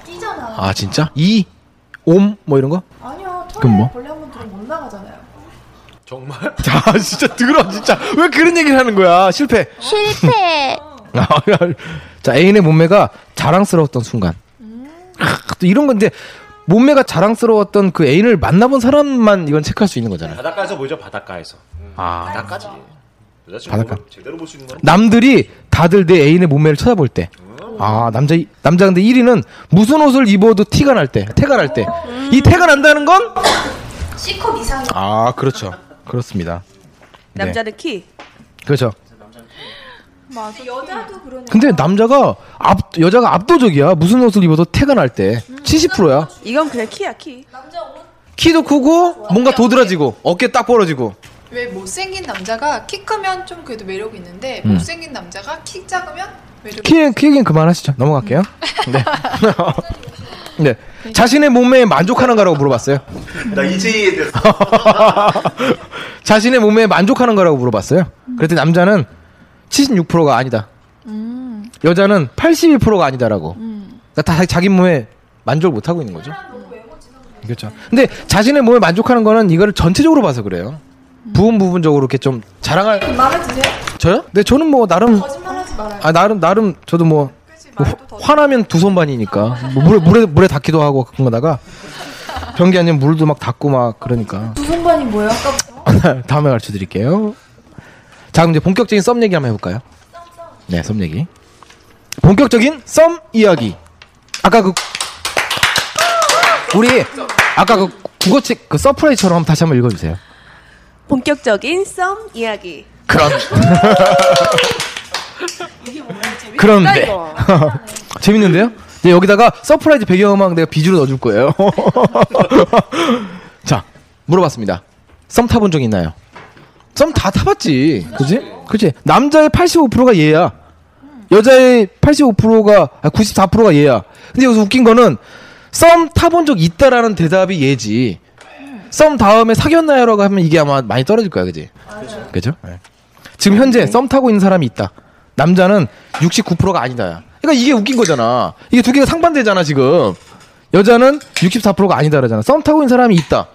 Speaker 8: 끼잖아.
Speaker 4: 아, 진짜? 이, 옴, 뭐 이런 거?
Speaker 8: 아니요, 털에
Speaker 4: 그럼 뭐?
Speaker 8: 벌레 한 번 들으면 못 나가잖아요.
Speaker 3: 정말?
Speaker 4: 아, 진짜 들어, 진짜. 왜 그런 얘기를 하는 거야? 실패. 아,
Speaker 7: 실패.
Speaker 4: 자 애인의 몸매가 자랑스러웠던 순간. 크, 또 이런 건데 몸매가 자랑스러웠던 그 애인을 만나본 사람만 이건 체크할 수 있는 거잖아요.
Speaker 3: 바닷가에서 보이죠, 바닷가에서.
Speaker 4: 아
Speaker 3: 바닷가지.
Speaker 4: 바닷가.
Speaker 3: 여자친구 제대로 볼 수 있는 건
Speaker 4: 남들이 다들 내 애인의 몸매를 쳐다볼 때. 아 남자 남자 근데 1위는 무슨 옷을 입어도 티가 날 때, 태가 날 때. 이 태가 난다는 건?
Speaker 8: C컵 이상.
Speaker 4: 아 그렇죠. 그렇습니다. 네,
Speaker 6: 남자는 키.
Speaker 4: 그렇죠.
Speaker 8: 맞아. 여자도 그러네.
Speaker 4: 근데 남자가 압 여자가 압도적이야. 무슨 옷을 입어도 태가 날 때.
Speaker 8: 음,
Speaker 4: 70%야.
Speaker 6: 이건 그냥 키야 키.
Speaker 8: 남자 옷
Speaker 4: 키도 크고 뭔가 도드라지고 어깨 딱 벌어지고
Speaker 5: 왜 못생긴 남자가 키 크면 좀 그래도 매력이 있는데
Speaker 4: 음.
Speaker 5: 못생긴 남자가 키 작으면 매력이
Speaker 4: 키, 키 얘기는 그만하시죠 넘어갈게요
Speaker 8: 음.
Speaker 4: 네. 네 자신의 몸매에 만족하는가라고 물어봤어요
Speaker 3: 나 이제이에 대해서.
Speaker 4: 자신의 몸매에 만족하는가라고 물어봤어요 그랬더니 남자는 76%가 아니다
Speaker 8: 음.
Speaker 4: 여자는 82%가 아니다라고 그러니까 다 자기 몸에 만족을 못하고 있는 거죠 그렇죠 근데 자신의 몸에 만족하는 거는 이거를 전체적으로 봐서 그래요 부분 부분적으로 이렇게 좀 자랑할
Speaker 8: 음. 마음에 드세요?
Speaker 4: 저요? 네 저는 뭐 나름
Speaker 8: 거짓말하지 말아요.
Speaker 4: 아 나름 나름 저도 뭐, 뭐 화- 화나면 두 손반이니까 뭐 물에 물에 물에 닿기도 하고 그런 거다가 변기 아니면 물도 막 닿고 막 그러니까
Speaker 8: 두 손반이 뭐예요? 아까
Speaker 4: 다음에 가르쳐 드릴게요. 자 그럼 이제 본격적인 썸 얘기 한번 해볼까요? 네 썸 얘기. 본격적인 썸 이야기. 아까 그 우리 아까 그 국어책 그 서프라이처럼 다시 한번 읽어주세요.
Speaker 6: 본격적인 썸 이야기.
Speaker 4: 그런
Speaker 6: 이게 뭐야? 재밌다,
Speaker 4: 그런데
Speaker 6: 이거.
Speaker 4: 재밌는데요? 이제 여기다가 서프라이즈 배경음악 내가 비주로 넣어줄 거예요. 자 물어봤습니다. 썸 타본 적 있나요? 썸 다 타봤지, 그지? 그지? 남자의 85%가 얘야. 여자의 85%가 94%가 얘야. 근데 여기서 웃긴 거는 썸 타본 적 있다라는 대답이 얘지. 썸 다음에 사귀었나요라고 하면 이게 아마 많이 떨어질 거야, 그지? 그죠? 네. 예. 지금 현재 썸 타고 있는 사람이 있다. 남자는 69%가 아니다야. 그러니까 이게 웃긴 거잖아. 이게 두 개가 상반되잖아 지금. 여자는 64%가 아니다라잖아. 썸 타고 있는 사람이 있다.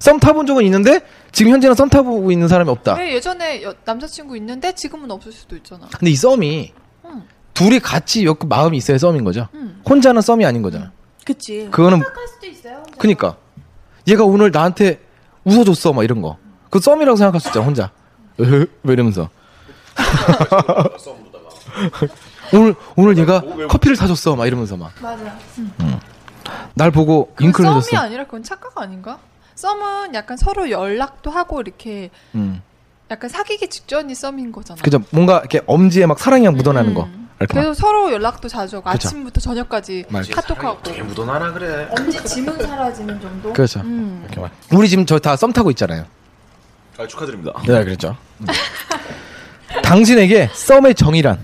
Speaker 4: 썸 타본 적은 있는데 지금 현재는 썸 타고 있는 사람이 없다.
Speaker 5: 왜 예전에 여- 남자친구 있는데 지금은 없을 수도 있잖아.
Speaker 4: 근데 이 썸이
Speaker 5: 응.
Speaker 4: 둘이 같이 엮 마음이 있어야 썸인 거죠.
Speaker 5: 응.
Speaker 4: 혼자는 썸이 아닌 거잖아.
Speaker 6: 그치.
Speaker 4: 그거는 그니까 얘가 오늘 나한테 웃어줬어 막 이런 거 그 썸이라고 생각할 수 있잖아 혼자 으흐, 왜 이러면서 오늘 오늘 얘가 커피를 사줬어 막 이러면서 막 날
Speaker 5: 맞아.
Speaker 4: 보고
Speaker 5: 그
Speaker 4: 윙크를
Speaker 5: 썸이
Speaker 4: 해줬어
Speaker 5: 아니라 그건 착각 아닌가? 썸은 약간 서로 연락도 하고 이렇게
Speaker 4: 음.
Speaker 5: 약간 사귀기 직전이 썸인 거잖아.
Speaker 4: 그죠 뭔가 이렇게 엄지에 막 사랑이 막 묻어나는 거 이렇게 막
Speaker 5: 그래서 서로 연락도 자주 하고
Speaker 4: 그쵸.
Speaker 5: 아침부터 저녁까지
Speaker 4: 맞아.
Speaker 5: 카톡하고
Speaker 3: 되게 묻어나라 그래.
Speaker 5: 언제 짐은 사라지는 정도?
Speaker 4: 그렇죠
Speaker 5: 음.
Speaker 4: 이렇게 막 우리 지금 저 다 썸 타고 있잖아요
Speaker 3: 아, 축하드립니다.
Speaker 4: 네 그렇죠 음. 당신에게 썸의 정의란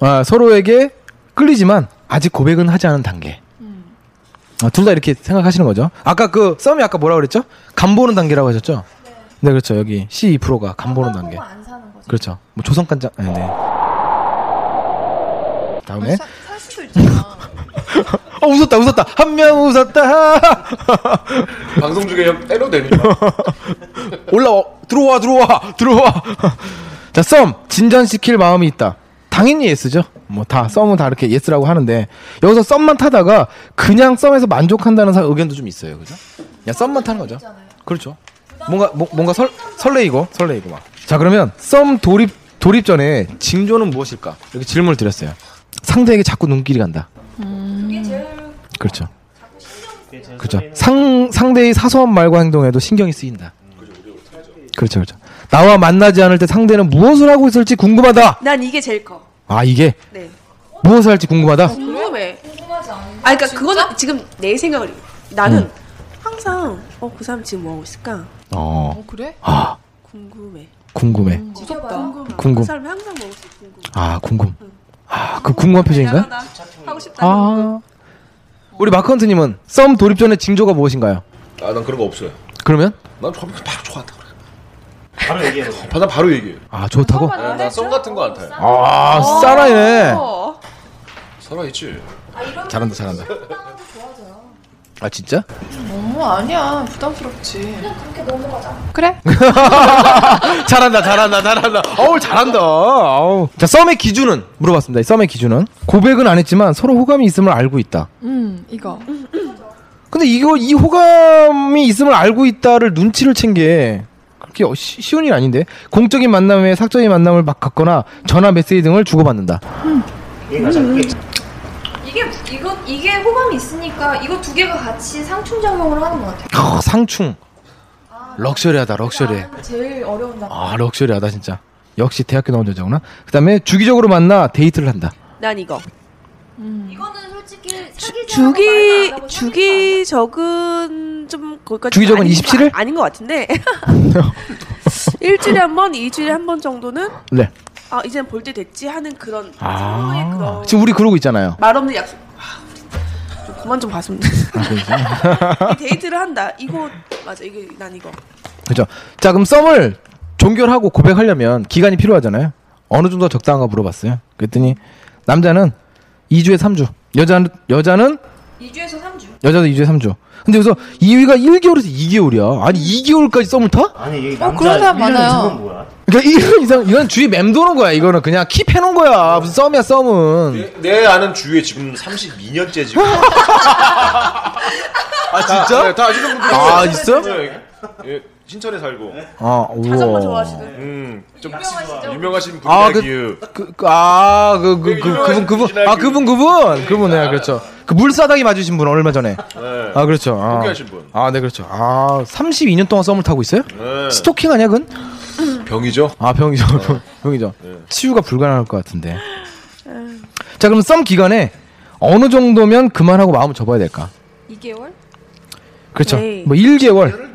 Speaker 4: 아, 서로에게 끌리지만 아직 고백은 하지 않은 단계. 아, 둘 다 이렇게 생각하시는 거죠. 아까 그 썸이 아까 뭐라 그랬죠? 간 보는 단계라고 하셨죠? 네, 그렇죠. 여기 C2%가 간 보는 단계. 그렇죠. 뭐 조선간장. 네, 네. 다음에
Speaker 5: 살 수도 있잖아.
Speaker 4: 어 웃었다 웃었다 한 명 웃었다
Speaker 3: 방송 중에 형 때려도 됩니다.
Speaker 4: 올라와 들어와 들어와 들어와 자 썸 진전시킬 마음이 있다 당연히 예스죠 뭐 다 썸은 다 이렇게 예스라고 하는데 여기서 썸만 타다가 그냥 썸에서 만족한다는 사- 의견도 좀 있어요 그죠 그냥 썸만 타는 거죠 그렇죠 뭔가 뭐- 뭔가 설, 설레이고 설레이고 막 자 그러면 썸 돌입 돌입 전에 징조는 무엇일까 이렇게 질문을 드렸어요 상대에게 자꾸 눈길이 간다 그렇죠 그죠 상 상대의 사소한 말과 행동에도 신경이 쓰인다 그렇죠, 그렇죠. 나와 만나지 않을 때 상대는 무엇을 하고 있을지 궁금하다.
Speaker 6: 난 이게 제일 커.
Speaker 4: 아 이게
Speaker 6: 네.
Speaker 4: 무엇을 할지 궁금하다.
Speaker 6: 궁금해. 아, 그러니까 그거는 지금 내 생각을 나는 항상 어 그 사람 지금 뭐 하고 있을까?
Speaker 4: 어
Speaker 6: 그래?
Speaker 4: 아.
Speaker 6: 궁금해.
Speaker 4: 궁금해.
Speaker 6: 무섭다. 궁금.
Speaker 4: 궁금.
Speaker 6: 그 사람이 항상 뭐 하고 있을까?
Speaker 4: 아 궁금. 아그 궁금한 표정인가요?
Speaker 6: 하고 싶다.
Speaker 4: 아 우리 마크헌트님은 썸 돌입 전의 징조가 무엇인가요?
Speaker 3: 아, 난 그런 거 없어요.
Speaker 4: 그러면
Speaker 3: 난 바로, 바로 좋아한다 그래.
Speaker 4: 바로 얘기해요.
Speaker 3: 난 바로 얘기해.
Speaker 4: 아 좋다고?
Speaker 3: 난썸 같은 거 안 타요.
Speaker 4: 아 사나이네.
Speaker 6: 어,
Speaker 3: 살아있지.
Speaker 4: 잘한다 잘한다. 아 진짜?
Speaker 5: 너무 뭐 아니야 부담스럽지. 그냥 그렇게 넘어가자. 그래?
Speaker 4: 잘한다 잘한다 잘한다. 어우 잘한다. 어우. 자 썸의 기준은 물어봤습니다. 이 썸의 기준은 고백은 안 했지만 서로 호감이 있음을 알고 있다.
Speaker 5: 음 이거.
Speaker 4: 근데 이거 이 호감이 있음을 알고 있다를 눈치를 챈 게 그렇게 어- 쉬- 쉬운 일 아닌데 공적인 만남 외에 사적인 만남을 막 갖거나 전화 메시지 등을 주고받는다.
Speaker 8: 이게 이거 이게 호감이 있으니까 이거 두 개가 같이 상충작용을 하는 것 같아요.
Speaker 4: 캬, 상충 럭셔리하다 럭셔리해.
Speaker 8: 아, 제일 어려운 장.
Speaker 4: 아 럭셔리하다 진짜. 역시 대학교 나온 여자구나. 그다음에 주기적으로 만나 데이트를 한다.
Speaker 6: 난 이거.
Speaker 8: 이거는 솔직히 사기
Speaker 6: 주기 주기 적은 좀 거기까지
Speaker 4: 주기적은
Speaker 6: 아닌 거-
Speaker 4: 27일?
Speaker 6: 아닌 것 같은데 일주일에 한 번, 이주일에 한 번 정도는
Speaker 4: 네.
Speaker 6: 아 이제는 볼 때 됐지 하는 그런
Speaker 4: 아 지금 우리 그러고 있잖아요.
Speaker 6: 말 없는 약속. 아, 우리 좀 그만 좀 봤으면 좋겠다.
Speaker 4: 아, 그러지.
Speaker 6: 데이트를 한다. 이거 맞아. 이게 난 이거.
Speaker 4: 그죠. 자, 그럼 썸을 종결하고 고백하려면 기간이 필요하잖아요. 어느 정도 적당한가 물어봤어요. 그랬더니 남자는 2주에 3주, 여자는 여자는
Speaker 8: 2주에서 3주.
Speaker 4: 여자도 2주에 3주. 근데 여기서 2위가 1개월에서 2개월이야. 아니 2개월까지 썸을 타?
Speaker 9: 아니 여기
Speaker 4: 남자
Speaker 5: 어, 그런 사람 많아요.
Speaker 4: 그러니까 1년 이상 이건 주위 맴도는 거야. 이거는 그냥 킵해 놓은 거야. 무슨 썸이야, 썸은.
Speaker 3: 내 아는 주위에 지금 32년째 지금. 아
Speaker 4: 진짜?
Speaker 3: 네, 다 아시는 분들.
Speaker 4: 아, 있어요?
Speaker 3: 네. 예, 신천에 살고.
Speaker 4: 아, 우와. 자전거 좋아하시는.
Speaker 3: 음, 좀 유명하신 분이
Speaker 4: 아
Speaker 3: 라
Speaker 4: 그, 그, 그, 아, 그, 그, 그, 그분, 그분, 아, 그분, 그분, 그분, 네, 그렇죠. 그 물사다기 맞으신 분 얼마 전에.
Speaker 3: 네.
Speaker 4: 아, 그렇죠. 아.
Speaker 3: 포기하신 분.
Speaker 4: 아, 네, 그렇죠. 아, 32년 동안 썸을 타고 있어요?
Speaker 3: 네.
Speaker 4: 스토킹 아니야, 그건?
Speaker 3: 병이죠.
Speaker 4: 아, 병이죠. 병- 병이죠.
Speaker 3: 네.
Speaker 4: 치유가 불가능할 것 같은데. 자, 그럼 썸 기간에 어느 정도면 그만하고 마음을 접어야 될까?
Speaker 5: 2개월?
Speaker 4: 그렇죠.
Speaker 5: 네.
Speaker 4: 뭐 1개월.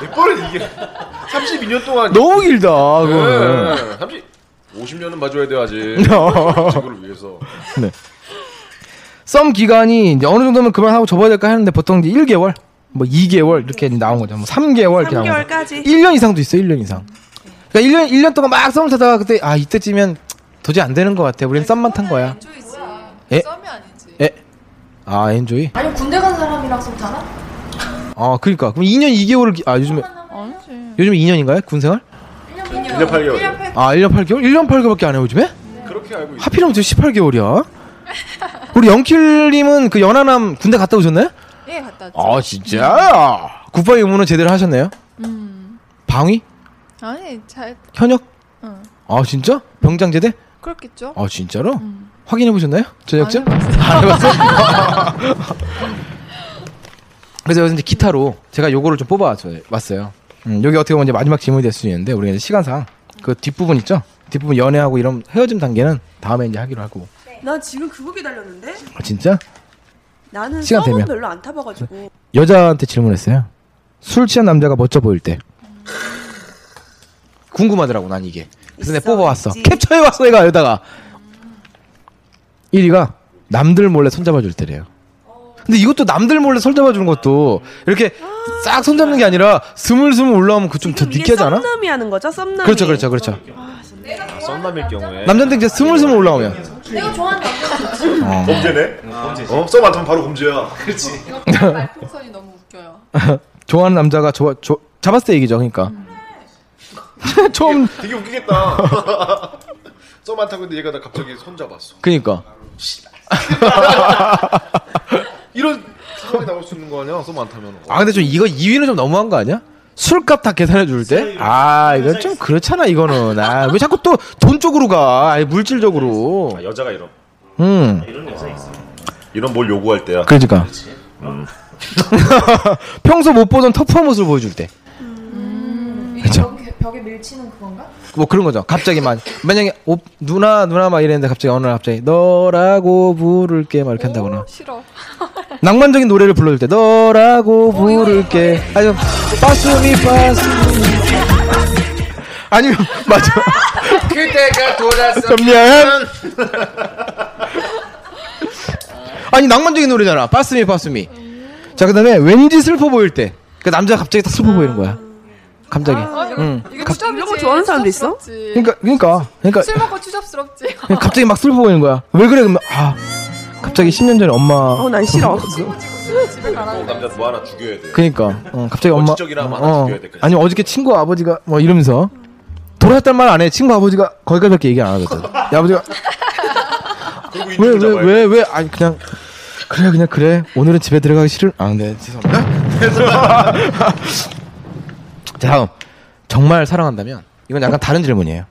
Speaker 3: 몇 번을 이게 32년 동안
Speaker 4: 너무 길다, 아, 그거는.
Speaker 3: 네, 30 50년은 봐줘야 돼 아직
Speaker 4: 어.
Speaker 3: 친구를 위해서
Speaker 4: 네. 썸 기간이 이제 어느 정도면 그만하고 접어야 될까 하는데 보통 이제 1개월, 뭐 2개월 이렇게 이제 나온 거죠. 뭐 3개월 이렇게 나온 거죠.
Speaker 6: 3개월까지.
Speaker 4: 1년 이상도 있어요. 1년 이상. 그러니까 1년 1년 동안 막 썸을 타다가 그때 아, 이때쯤이면 도저히 안 되는 것 같아. 우린 썸만 탄 거야. 예?
Speaker 8: 썸이 아니지.
Speaker 4: 예? 아, 엔조이?
Speaker 8: 아니 군대 간 사람이랑 썸 타나?
Speaker 4: 아, 그러니까. 그럼 2년 2개월을 기- 아, 요즘에
Speaker 8: 아니지.
Speaker 4: 요즘 2년인가요? 군 생활?
Speaker 3: 1년 8개월
Speaker 4: 아, 1년 8개월? 1년 8개월밖에 안 해요, 요즘에?
Speaker 3: 그렇게 알고 있
Speaker 4: 하필이면 지금 18개월이야. 우리 영킬님은 그 연하남 군대 갔다 오셨나요?
Speaker 5: 예, 갔다 왔죠.
Speaker 4: 아 진짜? 국방의 의무는 제대로 하셨네요.
Speaker 5: 음.
Speaker 4: 방위?
Speaker 5: 아니, 잘,
Speaker 4: 현역?
Speaker 5: 응.
Speaker 4: 아 진짜? 병장 제대?
Speaker 5: 그렇겠죠?
Speaker 4: 아 진짜로? 확인해 보셨나요? 전역증?
Speaker 5: 안 음. 아, 해봤어요.
Speaker 4: 안 해봤어요? 그래서 이제 기타로 제가 요거를 좀 뽑아 왔어요. 음, 여기 어떻게 보면 이제 마지막 질문이 될 수 있는데 우리가 이제 시간상 그 뒷부분 있죠? 뒷부분 연애하고 이런 헤어짐 단계는 다음에 이제 하기로 하고.
Speaker 6: 나 지금 그거 기다렸는데
Speaker 4: 아, 진짜?
Speaker 6: 나는
Speaker 4: 시간
Speaker 6: 썸은
Speaker 4: 되면.
Speaker 6: 별로 안 타봐가지고
Speaker 4: 여자한테 질문했어요. 술 취한 남자가 멋져 보일 때. 궁금하더라고 난 이게. 그래서 내가 뽑아왔어. 캡처해 왔어 얘가 여기다가. 1위가 남들 몰래 손잡아 줄 때래요. 근데 이것도 남들 몰래 손잡아 주는 것도 이렇게 싹 손잡는 게 아니라 스물스물 올라오면 그 좀 더
Speaker 6: 이게
Speaker 4: 느끼하지 않아?
Speaker 6: 썸남이 하는 거죠? 아, 썸남이
Speaker 4: 그렇죠 그렇죠 그렇죠.
Speaker 3: 썸남일 아, 경우에 네.
Speaker 4: 남자한테 이제 스물스물 올라오면.
Speaker 8: 내가 좋아하는 남자가
Speaker 4: 어.
Speaker 3: 범죄네 범죄지 어? 썸안 타면 바로 범죄야 그렇지
Speaker 8: 어, 말풍선이 너무 웃겨요.
Speaker 4: 좋아하는 남자가 좋아 좋- 잡았을 때 얘기죠 그러니까.
Speaker 6: 음.
Speaker 4: 처음
Speaker 3: 되게 웃기겠다 썸안 타고 있는데 얘가 나 갑자기 손 잡았어
Speaker 4: 그니까.
Speaker 3: 이런 상황이 나올 수 있는 거 아니야 썸 안 타면
Speaker 4: 아 근데 좀 이거 2위는 좀 너무한 거 아니야? 술값 다 계산해 줄 때? 아 이건 좀 그렇잖아 이거는 아, 왜 자꾸 또 돈 쪽으로 가 아니, 물질적으로
Speaker 3: 여자가 이런
Speaker 4: 음
Speaker 3: 이런 여자 있어 이런 뭘 요구할 때야
Speaker 4: 그러니까.
Speaker 3: 음.
Speaker 4: 평소 못 보던 터프한 모습을 보여줄 때 뭐
Speaker 5: 음.
Speaker 8: 이 벽에, 벽에 밀치는 그건가?
Speaker 4: 뭐 그런 거죠 갑자기 만 만약에 오, 누나 누나 막 이랬는데 갑자기 어느 날 갑자기 너라고 부를게 막 이렇게 한다거나
Speaker 8: 싫어.
Speaker 4: 낭만적인 노래를 불러줄 때 너라고 부를게 아니면 빠스미 빠스미 아니면 맞아
Speaker 3: 그때가
Speaker 4: 점령. 아니 낭만적인 노래잖아. 빠스미 빠스미. 자 그다음에 왠지 슬퍼 보일 때. 그 남자 가 갑자기 딱 슬퍼 보이는 거야. 음. 갑자기. 응.
Speaker 8: 아, 이거 추잡이지.
Speaker 6: 이런 거 좋아하는 사람도 있어?
Speaker 8: 추잡스럽지.
Speaker 4: 그러니까 그러니까 그러니까
Speaker 8: 술 먹고 추잡스럽지.
Speaker 4: 갑자기 막 슬퍼 보이는 거야. 왜 그래 그러면 아 갑자기 10년 전에 엄마.
Speaker 6: 어난 싫어.
Speaker 8: 집에 가라.
Speaker 3: 남자 뭐 하나 죽여야 돼
Speaker 4: 그러니까 어, 갑자기 엄마.
Speaker 3: 원칙적이라 하면 하나
Speaker 4: 어,
Speaker 3: 죽여야 돼, 그냥.
Speaker 4: 아니면 어저께 친구 아버지가 뭐 이러면서 돌아왔단 말 안 해. 친구 아버지가 거기까지밖에 얘기 안 하거든. 야, 아버지가
Speaker 3: 그리고
Speaker 4: 왜
Speaker 3: 인중을
Speaker 4: 왜
Speaker 3: 잡아야
Speaker 4: 왜 왜 아니 그냥 그래 그냥 그래 오늘은 집에 들어가기 싫은 아네 죄송합니다 자, 다음 정말 사랑한다면 이건 약간 다른 질문이에요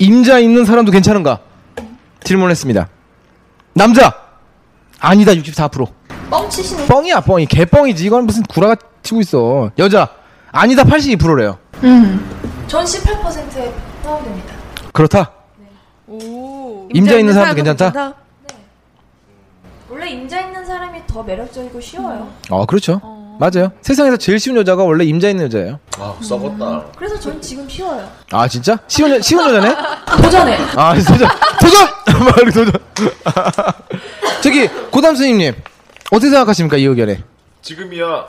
Speaker 4: 임자 있는 사람도 괜찮은가 질문을 했습니다 남자 아니다 64%
Speaker 8: 뻥치시는.
Speaker 4: 뻥이야 뻥이 개뻥이지 이건 무슨 구라가 치고 있어 여자 아니다 82%래요
Speaker 8: 음. 전 18%에 포함됩니다. 네.
Speaker 4: 그렇다
Speaker 8: 오.
Speaker 4: 임자 있는 사람도 괜찮다
Speaker 8: 원래 임자 있는 사람이 더 매력적이고 쉬워요.
Speaker 4: 어 그렇죠 맞아요 세상에서 제일 쉬운 여자가 원래 임자 있는 여자예요
Speaker 3: 아 썩었다
Speaker 8: 그래서 전 지금 쉬워요.
Speaker 4: 아 진짜? 쉬운 여, 쉬운 여자네?
Speaker 8: 도전해.
Speaker 4: 아 도전 도전! 막 이렇게 도전 저기 고담 스님님 어떻게 생각하십니까 이 의견에
Speaker 3: 지금이야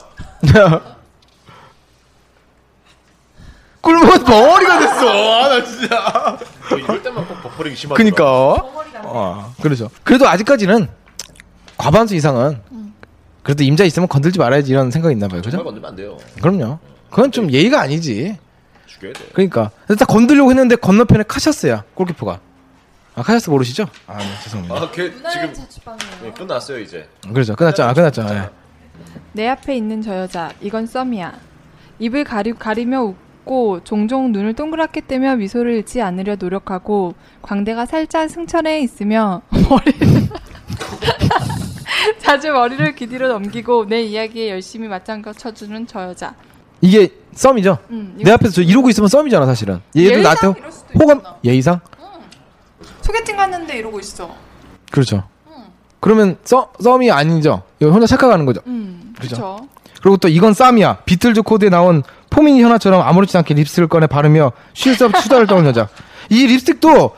Speaker 4: 꿀맛 벙어리가 됐어 아, 나 진짜
Speaker 3: 너 이럴 때만 꼭 버퍼링이 심하다
Speaker 4: 그니까 어, 그렇죠 그래도 아직까지는 과반수 이상은
Speaker 8: 음.
Speaker 4: 그래도 임자 있으면 건들지 말아야지 이런 생각이 있나 봐요
Speaker 3: 정말
Speaker 4: 그죠?
Speaker 3: 건들면 안 돼요
Speaker 4: 그럼요 그건 좀 예의가 아니지
Speaker 3: 죽여야 돼
Speaker 4: 그러니까 근데 딱 건들려고 했는데 건너편에 카샤스야 골키퍼가 아 카샤스 모르시죠? 아네 죄송합니다
Speaker 3: 아걔 지금
Speaker 8: 자취방이에요.
Speaker 3: 예, 끝났어요 이제
Speaker 4: 그렇죠 끝났죠 아 끝났죠 예.
Speaker 9: 내 앞에 있는 저 여자, 이건 썸이야. 입을 가리, 가리며 웃고 종종 눈을 동그랗게 뜨며 미소를 잃지 않으려 노력하고 광대가 살짝 승천해 있으며 머리를 자주 머리를 귀 뒤로 넘기고 내 이야기에 열심히 맞장구 쳐주는 저 여자.
Speaker 4: 이게 썸이죠.
Speaker 9: 음, 이거-
Speaker 4: 내 앞에서 저 이러고 있으면 썸이잖아 사실은. 얘도
Speaker 5: 예의상
Speaker 4: 나한테 호-
Speaker 5: 이럴 수도
Speaker 4: 호감 예의상
Speaker 5: 소개팅 갔는데 이러고 있어.
Speaker 4: 그렇죠. 그러면 썸 썸이 아니죠. 이거 혼자 착각하는 거죠.
Speaker 9: 음,
Speaker 4: 그죠.
Speaker 9: 그렇죠.
Speaker 4: 그리고 또 이건 쌈이야. 비틀즈 코드에 나온 포미니 현아처럼 아무렇지 않게 립스틱을 꺼내 바르며 쉴 수 없이 수다를 떠는 여자. 이 립스틱도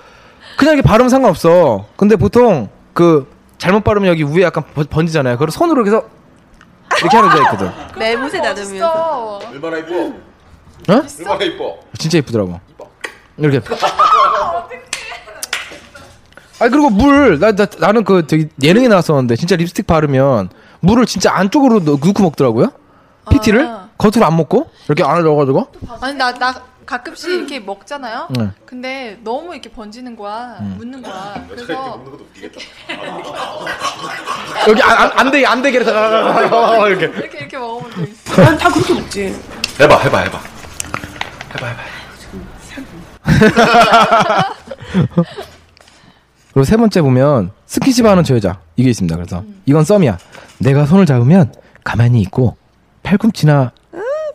Speaker 4: 그냥 이렇게 바르면 상관없어. 근데 보통 그 잘못 바르면 여기 위에 약간 번- 번지잖아요. 그걸 손으로 계속 이렇게 하는 여자 있거든.
Speaker 6: 매무새
Speaker 5: 어.
Speaker 6: 나르면서
Speaker 3: 얼마나 이뻐?
Speaker 4: 어?
Speaker 3: 얼마나 이뻐?
Speaker 4: 진짜 이쁘더라고. 이렇게. 아니 그리고 물, 나, 나 나는 그 되게 예능에 나왔었는데 진짜 립스틱 바르면 물을 진짜 안쪽으로 넣- 넣고 먹더라고요. PT를 겉으로 안 먹고 이렇게 안에 넣어가지고.
Speaker 5: 아니 나 나 가끔씩 이렇게
Speaker 9: 음.
Speaker 5: 먹잖아요.
Speaker 4: 네.
Speaker 5: 근데 너무 이렇게 번지는 거야,
Speaker 4: 음.
Speaker 5: 묻는 거야. 그래서
Speaker 4: 여기 안안돼 안돼 이렇게
Speaker 3: 아,
Speaker 4: 이렇게.
Speaker 5: 이렇게 이렇게 먹으면 돼.
Speaker 6: 난다 그렇게 먹지.
Speaker 3: 해봐 해봐 해봐
Speaker 4: 그리고 세 번째 보면 스킨십 하는 저 여자 이게 있습니다. 그래서 이건 썸이야. 내가 손을 잡으면 가만히 있고 팔꿈치나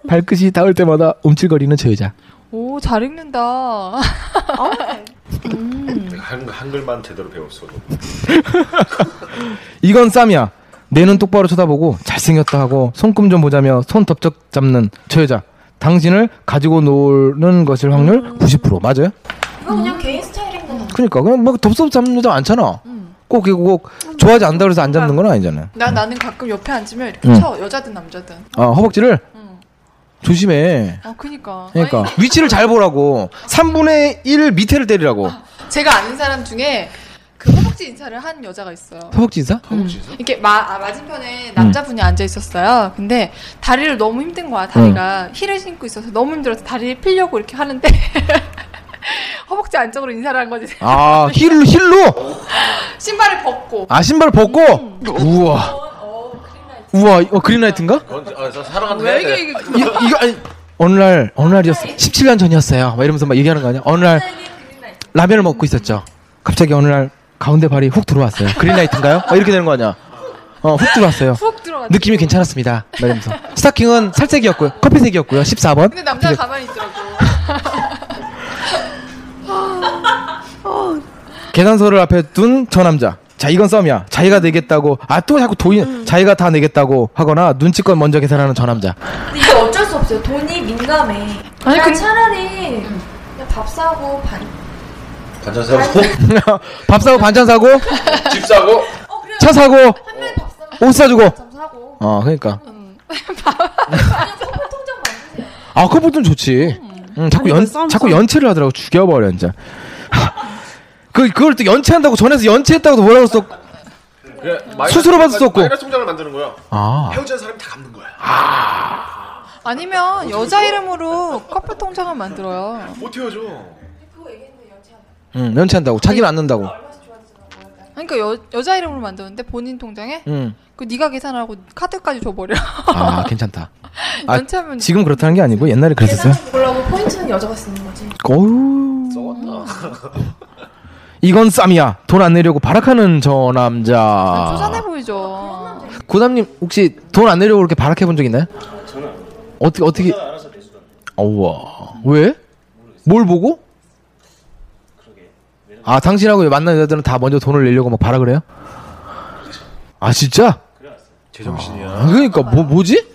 Speaker 4: 발끝이 닿을 때마다 움찔거리는 저 여자.
Speaker 9: 오, 잘 읽는다.
Speaker 6: 어?
Speaker 5: 음.
Speaker 3: 내가 한, 한글만 제대로 배웠어도
Speaker 4: 이건 쌈이야. 내 눈 똑바로 쳐다보고 잘생겼다 하고 손금 좀 보자며 손 덥적 잡는 저 여자. 당신을 가지고 노는 것일 확률 90% 맞아요?
Speaker 8: 이거 그냥 개인 스타일인 음. 거 같아.
Speaker 4: 그러니까 그냥 막 덥석 잡는 여자 많잖아. 꼭 이거 꼭 좋아하지 않다 그래서 안 잡는 건 아니잖아요.
Speaker 5: 나 나는 가끔 옆에 앉으면 이렇게
Speaker 4: 음.
Speaker 5: 쳐 여자든 남자든.
Speaker 4: 아 허벅지를
Speaker 8: 음.
Speaker 4: 조심해.
Speaker 5: 아 그니까.
Speaker 4: 그러니까 위치를 잘 보라고 3분의 1 밑에를 때리라고
Speaker 5: 제가 아는 사람 중에 그 허벅지 인사를 한 여자가 있어요.
Speaker 4: 허벅지 인사?
Speaker 5: 이렇게 마, 아, 맞은편에 남자분이 앉아 있었어요. 근데 다리를 너무 힘든 거야. 다리가 힐을 신고 있어서 너무 힘들어서 다리를 피려고 이렇게 하는데 허벅지 안쪽으로 인사를 한 거지.
Speaker 4: 아 힐로 힐로
Speaker 5: 신발을 벗고.
Speaker 4: 아 신발 벗고
Speaker 8: 음. 어,
Speaker 4: 우와 우와 어 그린라이트인가?
Speaker 3: 아, 저 사랑한다
Speaker 5: 왜
Speaker 3: 해야 돼.
Speaker 5: 이게 이게
Speaker 4: 이, 이거 아니 어느 날 어느 날이었어 17년 전이었어요 막 이러면서 막 얘기하는 거 아니야 어느 날 라면을 먹고 있었죠 갑자기 어느 날 가운데 발이 훅 들어왔어요 그린라이트인가요 막 이렇게 되는 거 아니야 어훅 들어왔어요
Speaker 5: 훅 들어갔죠.
Speaker 4: 느낌이 괜찮았습니다 막 이러면서 스타킹은 살색이었고요 커피색이었고요 14번
Speaker 5: 근데 남자가 가만히 있더라고.
Speaker 4: 계산서를 앞에 둔 저 남자. 자 이건 썸이야. 자기가 내겠다고 아 또 자꾸 도인 자기가 다 내겠다고 하거나 눈치껏 먼저 계산하는 저 남자.
Speaker 8: 근데 이게 어쩔 수 없어요. 돈이 민감해. 그냥
Speaker 4: 근데-
Speaker 8: 차라리 그냥 밥 사고 반
Speaker 3: 반찬 사고
Speaker 4: 밥 사고 반찬 사고
Speaker 3: 집 사고
Speaker 4: 차 사고 옷 사주고. 어 그러니까. 아 그거 좀 좋지. 응, 자꾸 연 자꾸 연체를 하더라고 죽여버려 이제. 그 그걸 또 연체한다고 전에서 연체했다고도 뭐라고 써.
Speaker 3: 그래, 마이너스
Speaker 4: 스스로 받을 수 없고.
Speaker 3: 마이너스 통장을 만드는 거야
Speaker 4: 아.
Speaker 3: 헤어진 사람이 다 갚는 거야
Speaker 5: 아니면 여자 이름으로 커플 통장을 만들어요.
Speaker 3: 아, 못 헤어져.
Speaker 4: 응 연체한다고 자기는 안 낸다고.
Speaker 5: 그러니까 여, 여자 이름으로 만드는데 본인 통장에
Speaker 4: 응.
Speaker 5: 그 네가 계산하고 카드까지 줘버려.
Speaker 4: 아 괜찮다. 아
Speaker 5: 연체하면-
Speaker 4: 지금 그렇다는 게 아니고 옛날에 그랬었어요.
Speaker 8: 보려고 포인트는 여자가 쓰는 거지.
Speaker 4: 어우. 이건 쌈이야. 돈 안 내려고 바락하는 저 남자.
Speaker 5: 쪼잔해
Speaker 8: 아,
Speaker 5: 보이죠.
Speaker 4: 고담님 혹시 돈 안 내려고 그렇게 바락해 본 적 있나요? 어떻게 어떻게? 어우와. 왜? 뭘 보고? 아 당신하고 만난 여자들은 다 먼저 돈을 내려고 막 바라 그래요? 아 진짜?
Speaker 3: 제정신이야
Speaker 4: 아, 그러니까 뭐 뭐지?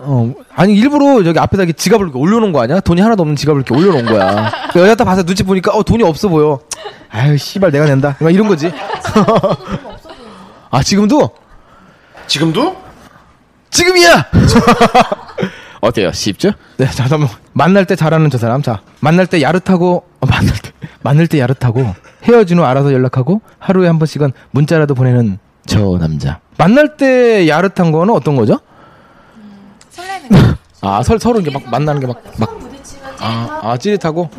Speaker 4: 어 아니 일부러 저기 앞에다 이렇게 지갑을 이렇게 올려놓은 거 아니야? 돈이 하나도 없는 지갑을 이렇게 올려놓은 거야. 그 여자 딱 봐서 눈치 보니까 어 돈이 없어 보여. 아유 씨발 내가 낸다. 막 이런 거지. 아 지금도?
Speaker 3: 지금도?
Speaker 4: 지금이야. 어때요? 쉽죠? 네 잠깐만 만날 때 잘하는 저 사람 자 만날 때 야릇하고 어, 만날 때 만날 때 야릇하고 헤어진 후 알아서 연락하고 하루에 한 번씩은 문자라도 보내는 저 남자. 만날 때 야릇한 거는 어떤 거죠? 아, 설, 서로 이게 막 만나는 게 막, 막,
Speaker 8: 부딪히면
Speaker 4: 아, 아, 찌릿하고?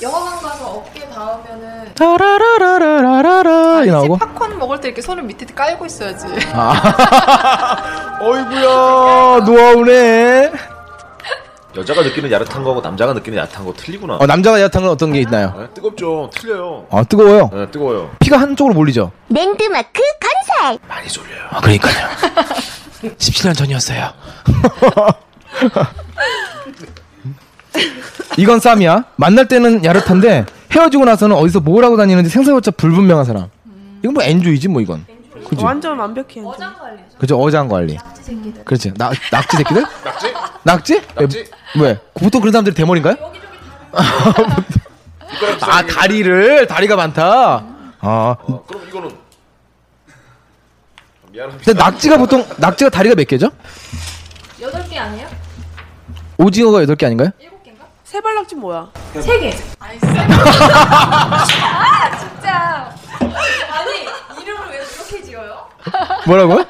Speaker 8: 영화관 가서 어깨 닿으면은
Speaker 4: 타라라라라라라 이 나오고
Speaker 5: 팝콘 먹을 때 이렇게 손을 밑에 깔고 있어야지.
Speaker 4: 아. 어이구야 노하우네
Speaker 3: 여자가 느끼는 야릇한 거고 남자가 느끼는 야릇한 거 틀리구나.
Speaker 4: 어, 남자가 야탕은 어떤 게 있나요?
Speaker 3: 네, 뜨겁죠. 틀려요.
Speaker 4: 아 뜨거워요
Speaker 3: 네, 뜨거워요.
Speaker 4: 피가 한쪽으로 몰리죠
Speaker 1: 랜드마크 건설.
Speaker 3: 많이 졸려요.
Speaker 4: 아 그러니까요 17년 전이었어요 이건 쌈이야 만날 때는 야릇한데 헤어지고 나서는 어디서 뭘 하고 다니는지 생사고차 불분명한 사람 이건 뭐 엔조이지 뭐 이건 그지
Speaker 6: 완전 완벽해. 어장
Speaker 8: 관리.
Speaker 4: 그죠 어장 관리
Speaker 6: 낙지 새끼들.
Speaker 4: 그렇지 낙, 낙지 새끼들?
Speaker 3: 낙지?
Speaker 4: 낙지?
Speaker 3: 낙지?
Speaker 4: 왜? 왜? 보통 그런 사람들이 대머리인가요? 아 다리를 다리가 많다 아
Speaker 3: 그럼 이거는 아, 미안합니다.
Speaker 4: 근데 낙지가 보통 낙지가 다리가 몇 개죠?
Speaker 8: 여덟 개 아니에요?
Speaker 4: 오징어가 8개 아닌가요?
Speaker 6: 세발낙지 뭐야?
Speaker 8: 세 개.
Speaker 6: 아이
Speaker 8: 아 진짜. 아니 이름을 왜 이렇게 지어요?
Speaker 4: 뭐라고요?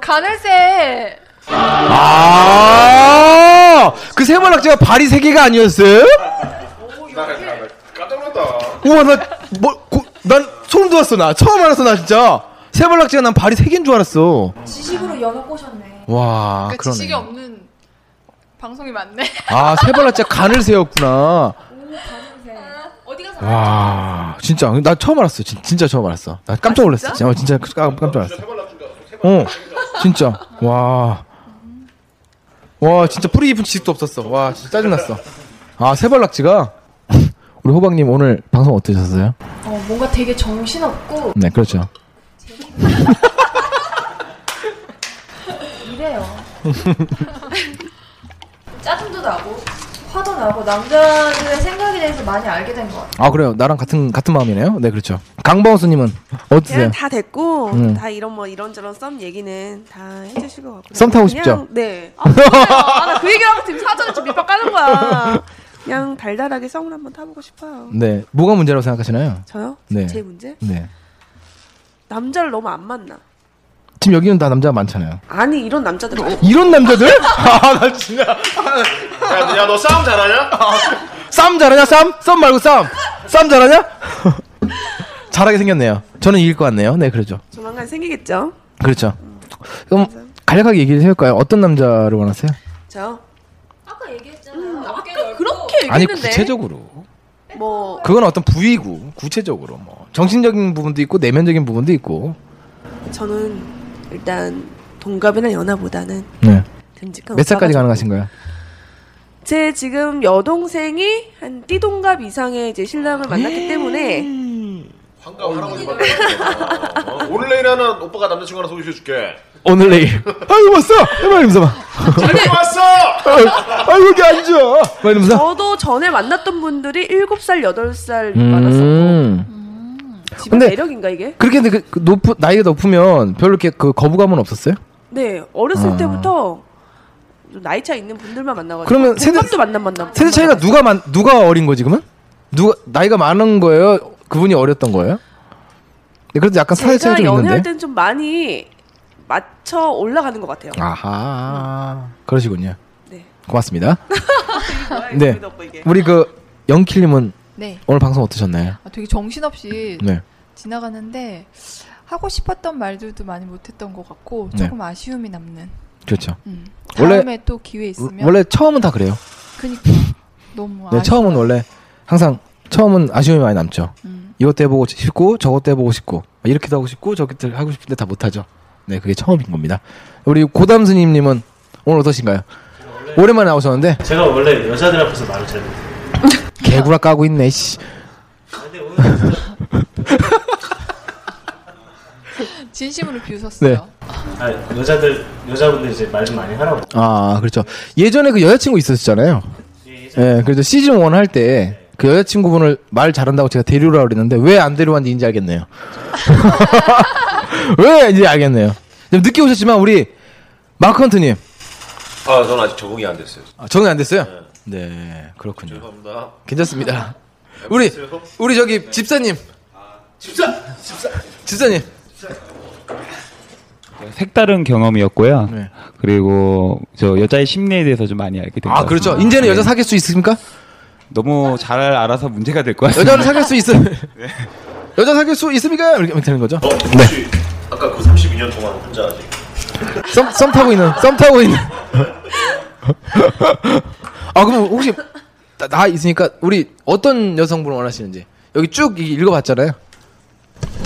Speaker 5: 가늘새.
Speaker 4: 아, 그 세발낙지가 발이 세 개가 아니었어요?
Speaker 3: 아, 깜짝 놀랐다.
Speaker 4: 우와, 나, 뭐, 고, 난 소름 돋았어, 나. 처음 알았어, 나 진짜. 세발낙지가 난 발이 세 개인 줄 알았어.
Speaker 5: 지식으로 연어 꼬셨네.
Speaker 4: 와,
Speaker 5: 그
Speaker 4: 아, 그러네.
Speaker 5: 지식이 없는 방송이 많네.
Speaker 4: 아, 세발낙지가 간을 세였구나.
Speaker 5: 어디 가서
Speaker 4: 와, 진짜. 나 처음 알았어. 진, 진짜 처음 알았어. 나 깜짝 놀랐어. 진짜, 어, 진짜 깜, 깜짝 놀랐어. 어, 진짜. 와. 와, 진짜 뿌리 깊은 지식도 없었어. 와, 진짜 짜증났어. 아, 세발낙지가? 우리 호박님 오늘 방송 어떠셨어요?
Speaker 8: 어 뭔가 되게 정신없고
Speaker 4: 네, 그렇죠.
Speaker 8: 이래요. 짜증도 나고 화도 나고 남자들의 생각에 대해서 많이 알게 된 것 같아요.
Speaker 4: 아 그래요 나랑 같은 같은 마음이네요 네 그렇죠 강방수님은 어떠세요
Speaker 8: 네.
Speaker 6: 그냥 다 됐고
Speaker 4: 네. 음.
Speaker 6: 다 이런 뭐 이런저런 썸 얘기는 다 해주실 것 같고
Speaker 4: 썸 타고
Speaker 6: 그냥-
Speaker 4: 싶죠?
Speaker 6: 네. 아나그 얘기를 하고 지금 사전에 지금 밑밥 까는 거야. 그냥 달달하게 썸을 한번 타보고 싶어요.
Speaker 4: 네 뭐가 문제라고 생각하시나요
Speaker 6: 저요?
Speaker 4: 네.
Speaker 6: 제 문제?
Speaker 4: 네
Speaker 6: 남자를 너무 안 만나.
Speaker 4: 지금 여기는 다 남자가 많잖아요
Speaker 6: 아니 이런 남자들
Speaker 4: 이런 남자들 아나 진짜
Speaker 3: 야, 너 싸움 잘하냐?
Speaker 4: 쌈 잘하냐 쌈썸 말고 쌈쌈 잘하냐 잘하게 생겼네요 저는 이길 것 같네요 네 그렇죠
Speaker 6: 조만간 생기겠죠?
Speaker 4: 그렇죠 그럼 간략하게 얘기를 해볼까요 어떤 남자를 원하세요
Speaker 6: 저 음,
Speaker 8: 아까 얘기했잖아요. 어깨 넓고.
Speaker 6: 그렇게 얘기했는데.
Speaker 4: 아니 구체적으로
Speaker 6: 뭐
Speaker 4: 그건 어떤 부위고 구체적으로 뭐 정신적인 부분도 있고 내면적인 부분도 있고
Speaker 6: 저는 일단 동갑이나 연하보다는
Speaker 4: 네.
Speaker 6: 듬직한
Speaker 4: 몇 살까지
Speaker 6: 오빠가
Speaker 4: 가능하신가요
Speaker 6: 제 지금 여동생이 한 띠동갑 이상의 이제 신랑을 만났기
Speaker 4: 음.
Speaker 6: 때문에
Speaker 3: 황가 할아버지 만나. 어, 오늘 내일 하나 오빠가 남자친구 하나 소개시켜줄게.
Speaker 4: 오늘 내일 아이고 왔어 해봐 이러면서 막
Speaker 3: 잘 왔어.
Speaker 4: 아이고 여기 앉아 막 뭐, 이러면서
Speaker 6: 저도 전에 만났던 분들이 7살, 8살
Speaker 4: 음.
Speaker 6: 집안
Speaker 4: 근데-
Speaker 6: 매력인가 이게?
Speaker 4: 그렇게 근데 그, 그 높은 나이가 높으면 별로 이렇게 그 거부감은 없었어요?
Speaker 6: 네 어렸을
Speaker 4: 아.
Speaker 6: 때부터 좀 나이 차 있는 분들만 만나가지고
Speaker 4: 그러면 세대-
Speaker 6: 동갑도 만남 만남
Speaker 4: 세대 차이가 누가 만 누가 어린 거지 그러면? 누가 나이가 많은 거예요? 그분이 어렸던 거예요? 네, 그래도 약간 사회
Speaker 6: 제가
Speaker 4: 차이가 좀
Speaker 6: 연애할
Speaker 4: 있는데.
Speaker 6: 때는 좀 많이 맞춰 올라가는 것 같아요
Speaker 4: 아하 그러시군요.
Speaker 6: 네.
Speaker 4: 고맙습니다.
Speaker 5: 이거
Speaker 4: 네. 우리 그 영킬님은
Speaker 5: 네.
Speaker 4: 오늘 방송 어떠셨나요?
Speaker 5: 아, 되게 정신없이
Speaker 4: 네.
Speaker 5: 지나가는데 하고 싶었던 말들도 많이 못했던 것 같고
Speaker 4: 네.
Speaker 5: 조금 아쉬움이 남는.
Speaker 4: 그렇죠.
Speaker 5: 음.
Speaker 4: 원래-
Speaker 5: 다음에 또 기회 있으면.
Speaker 4: 원래 처음은 다 그래요.
Speaker 5: 그니까 너무
Speaker 4: 네,
Speaker 5: 뭐 아쉬.
Speaker 4: 처음은 원래 항상 처음은 아쉬움이 많이 남죠. 이것도 해보고 싶고 저것도 해보고 싶고 이렇게도 하고 싶고 저렇게도 하고 싶은데 다 못하죠. 네, 그게 처음인 겁니다. 우리 고담 스님님은 오늘 어떠신가요? 오랜만에 나오셨는데
Speaker 10: 제가 원래 여자들 앞에서 말을 잘 못해요.
Speaker 4: 개구라 까고 있네. 씨.
Speaker 5: 진심으로 비웃었어요.
Speaker 4: 네.
Speaker 10: 아, 여자들 여자분들 이제 말 좀 많이 하라고.
Speaker 4: 아, 그렇죠. 예전에 그 여자친구 있었잖아요. 예, 그래서 시즌 1 할 때 그 여자친구분을 말 잘한다고 제가 데려오라고 그랬는데 왜 안 데려왔는지 이제 알겠네요. 왜 이제 알겠네요. 좀 늦게 오셨지만 우리 마크헌트님
Speaker 3: 아, 저는 아직 적응이 안 됐어요.
Speaker 4: 아, 적응이 안 됐어요? 네, 그렇군요.
Speaker 3: 죄송합니다. 아,
Speaker 4: 괜찮습니다. 우리 우리 저기 집사님
Speaker 3: 집사, 집사.
Speaker 4: 집사님 아,
Speaker 11: 색다른 경험이었고요.
Speaker 4: 네.
Speaker 11: 그리고 저 여자의 심리에 대해서 좀 많이 알게 된것
Speaker 4: 아 그렇죠.
Speaker 11: 같습니다.
Speaker 4: 이제는
Speaker 11: 네.
Speaker 4: 여자 사귈 수 있습니까?
Speaker 11: 너무 잘 알아서 문제가 될 것 같아요.
Speaker 4: 여자를 사귈 수 있음.
Speaker 11: 네.
Speaker 4: 여자 사귈 수 있습니까? 이렇게 하면 되는 거죠. 네.
Speaker 3: 혹시 아까 그 32년 동안 혼자 아직
Speaker 4: 썸, 썸 타고 있는, 썸 타고 있는. 아, 그럼 혹시 나, 나 있으니까 우리 어떤 여성분을 원하시는지 여기 쭉 이- 읽어봤잖아요.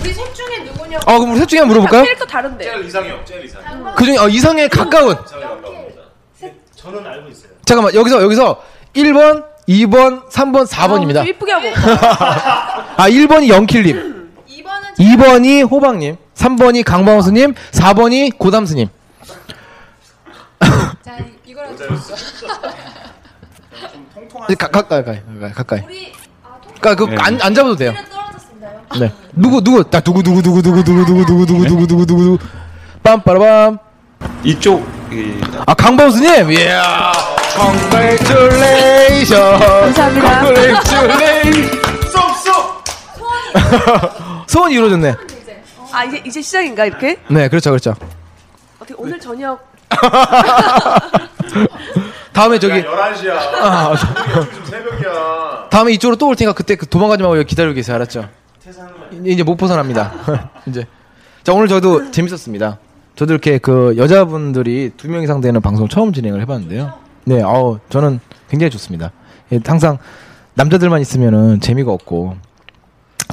Speaker 7: 우리 셋 중에 누구냐고.
Speaker 4: 아, 그럼 우리 셋 중에 한번 물어볼까요?
Speaker 7: 캐릭터 다른데.
Speaker 3: 제일 이상형, 제일 이상형.
Speaker 4: 그 중에 어, 이상에 가까운.
Speaker 10: 저는 알고 있어요.
Speaker 4: 잠깐만, 여기서, 여기서 1번, 2번, 3번, 4번입니다.
Speaker 6: 이쁘게 하고.
Speaker 4: 아, 1번이 영킬님. 2번이 호박님. 3번이 강방수님. 4번이 고담수님.
Speaker 5: 자, 이- 이거라도
Speaker 10: 모자였어.
Speaker 4: 네, 가, 가까이, 가까이, 가까이.
Speaker 6: 아,
Speaker 4: 그니까, 그,
Speaker 11: 네.
Speaker 4: 안, 안 잡아도 돼요. 네. 누구, 누구, 나 누구, 누구, 누구, 누구, 누구, 누구, 누구, 누구, 누구, 누구, 누구, 빰빠라밤.
Speaker 11: 이쪽 이-
Speaker 4: 아, 강방수님! 예! Congratulations!
Speaker 6: 감사합니다.
Speaker 4: Congratulations!
Speaker 3: 쏙쏙.
Speaker 4: 소원이 이루어졌네.
Speaker 6: 아 이제 이제 시작인가 이렇게?
Speaker 4: 네, 그렇죠, 그렇죠.
Speaker 6: 어떻게 오늘 저녁
Speaker 4: 다음에 저기.
Speaker 3: 11시야.
Speaker 4: 아, 저-
Speaker 3: 지금 새벽이야.
Speaker 4: 다음에 이쪽으로 또 올 테니까 그때 그 도망가지 말고 여기 기다리고 계세요. 알았죠? 이- 이제 못 벗어납니다. 이제. 자, 오늘 저도 재밌었습니다. 저도 이렇게 그 여자분들이 두 명 이상 되는 방송 처음 진행을 해봤는데요. 네, 아우, 저는 굉장히 좋습니다. 예, 항상 남자들만 있으면은 재미가 없고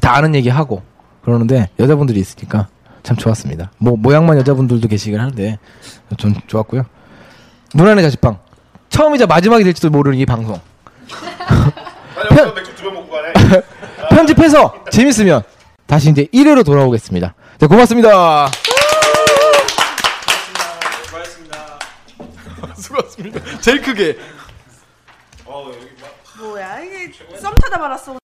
Speaker 4: 다 아는 얘기 하고 그러는데 여자분들이 있으니까 참 좋았습니다. 뭐 모양만 여자분들도 계시긴 하는데 좀 좋았고요. 문안의 자취방 처음이자 마지막이 될지도 모르는 이 방송
Speaker 3: 편... 맥주 두병 먹고 가네.
Speaker 4: 편집해서 재밌으면 다시 이제 1회로 돌아오겠습니다. 네, 고맙습니다.
Speaker 12: 수고하셨습니다. 제일 크게.
Speaker 6: 뭐야 이게 썸 타다 말았어.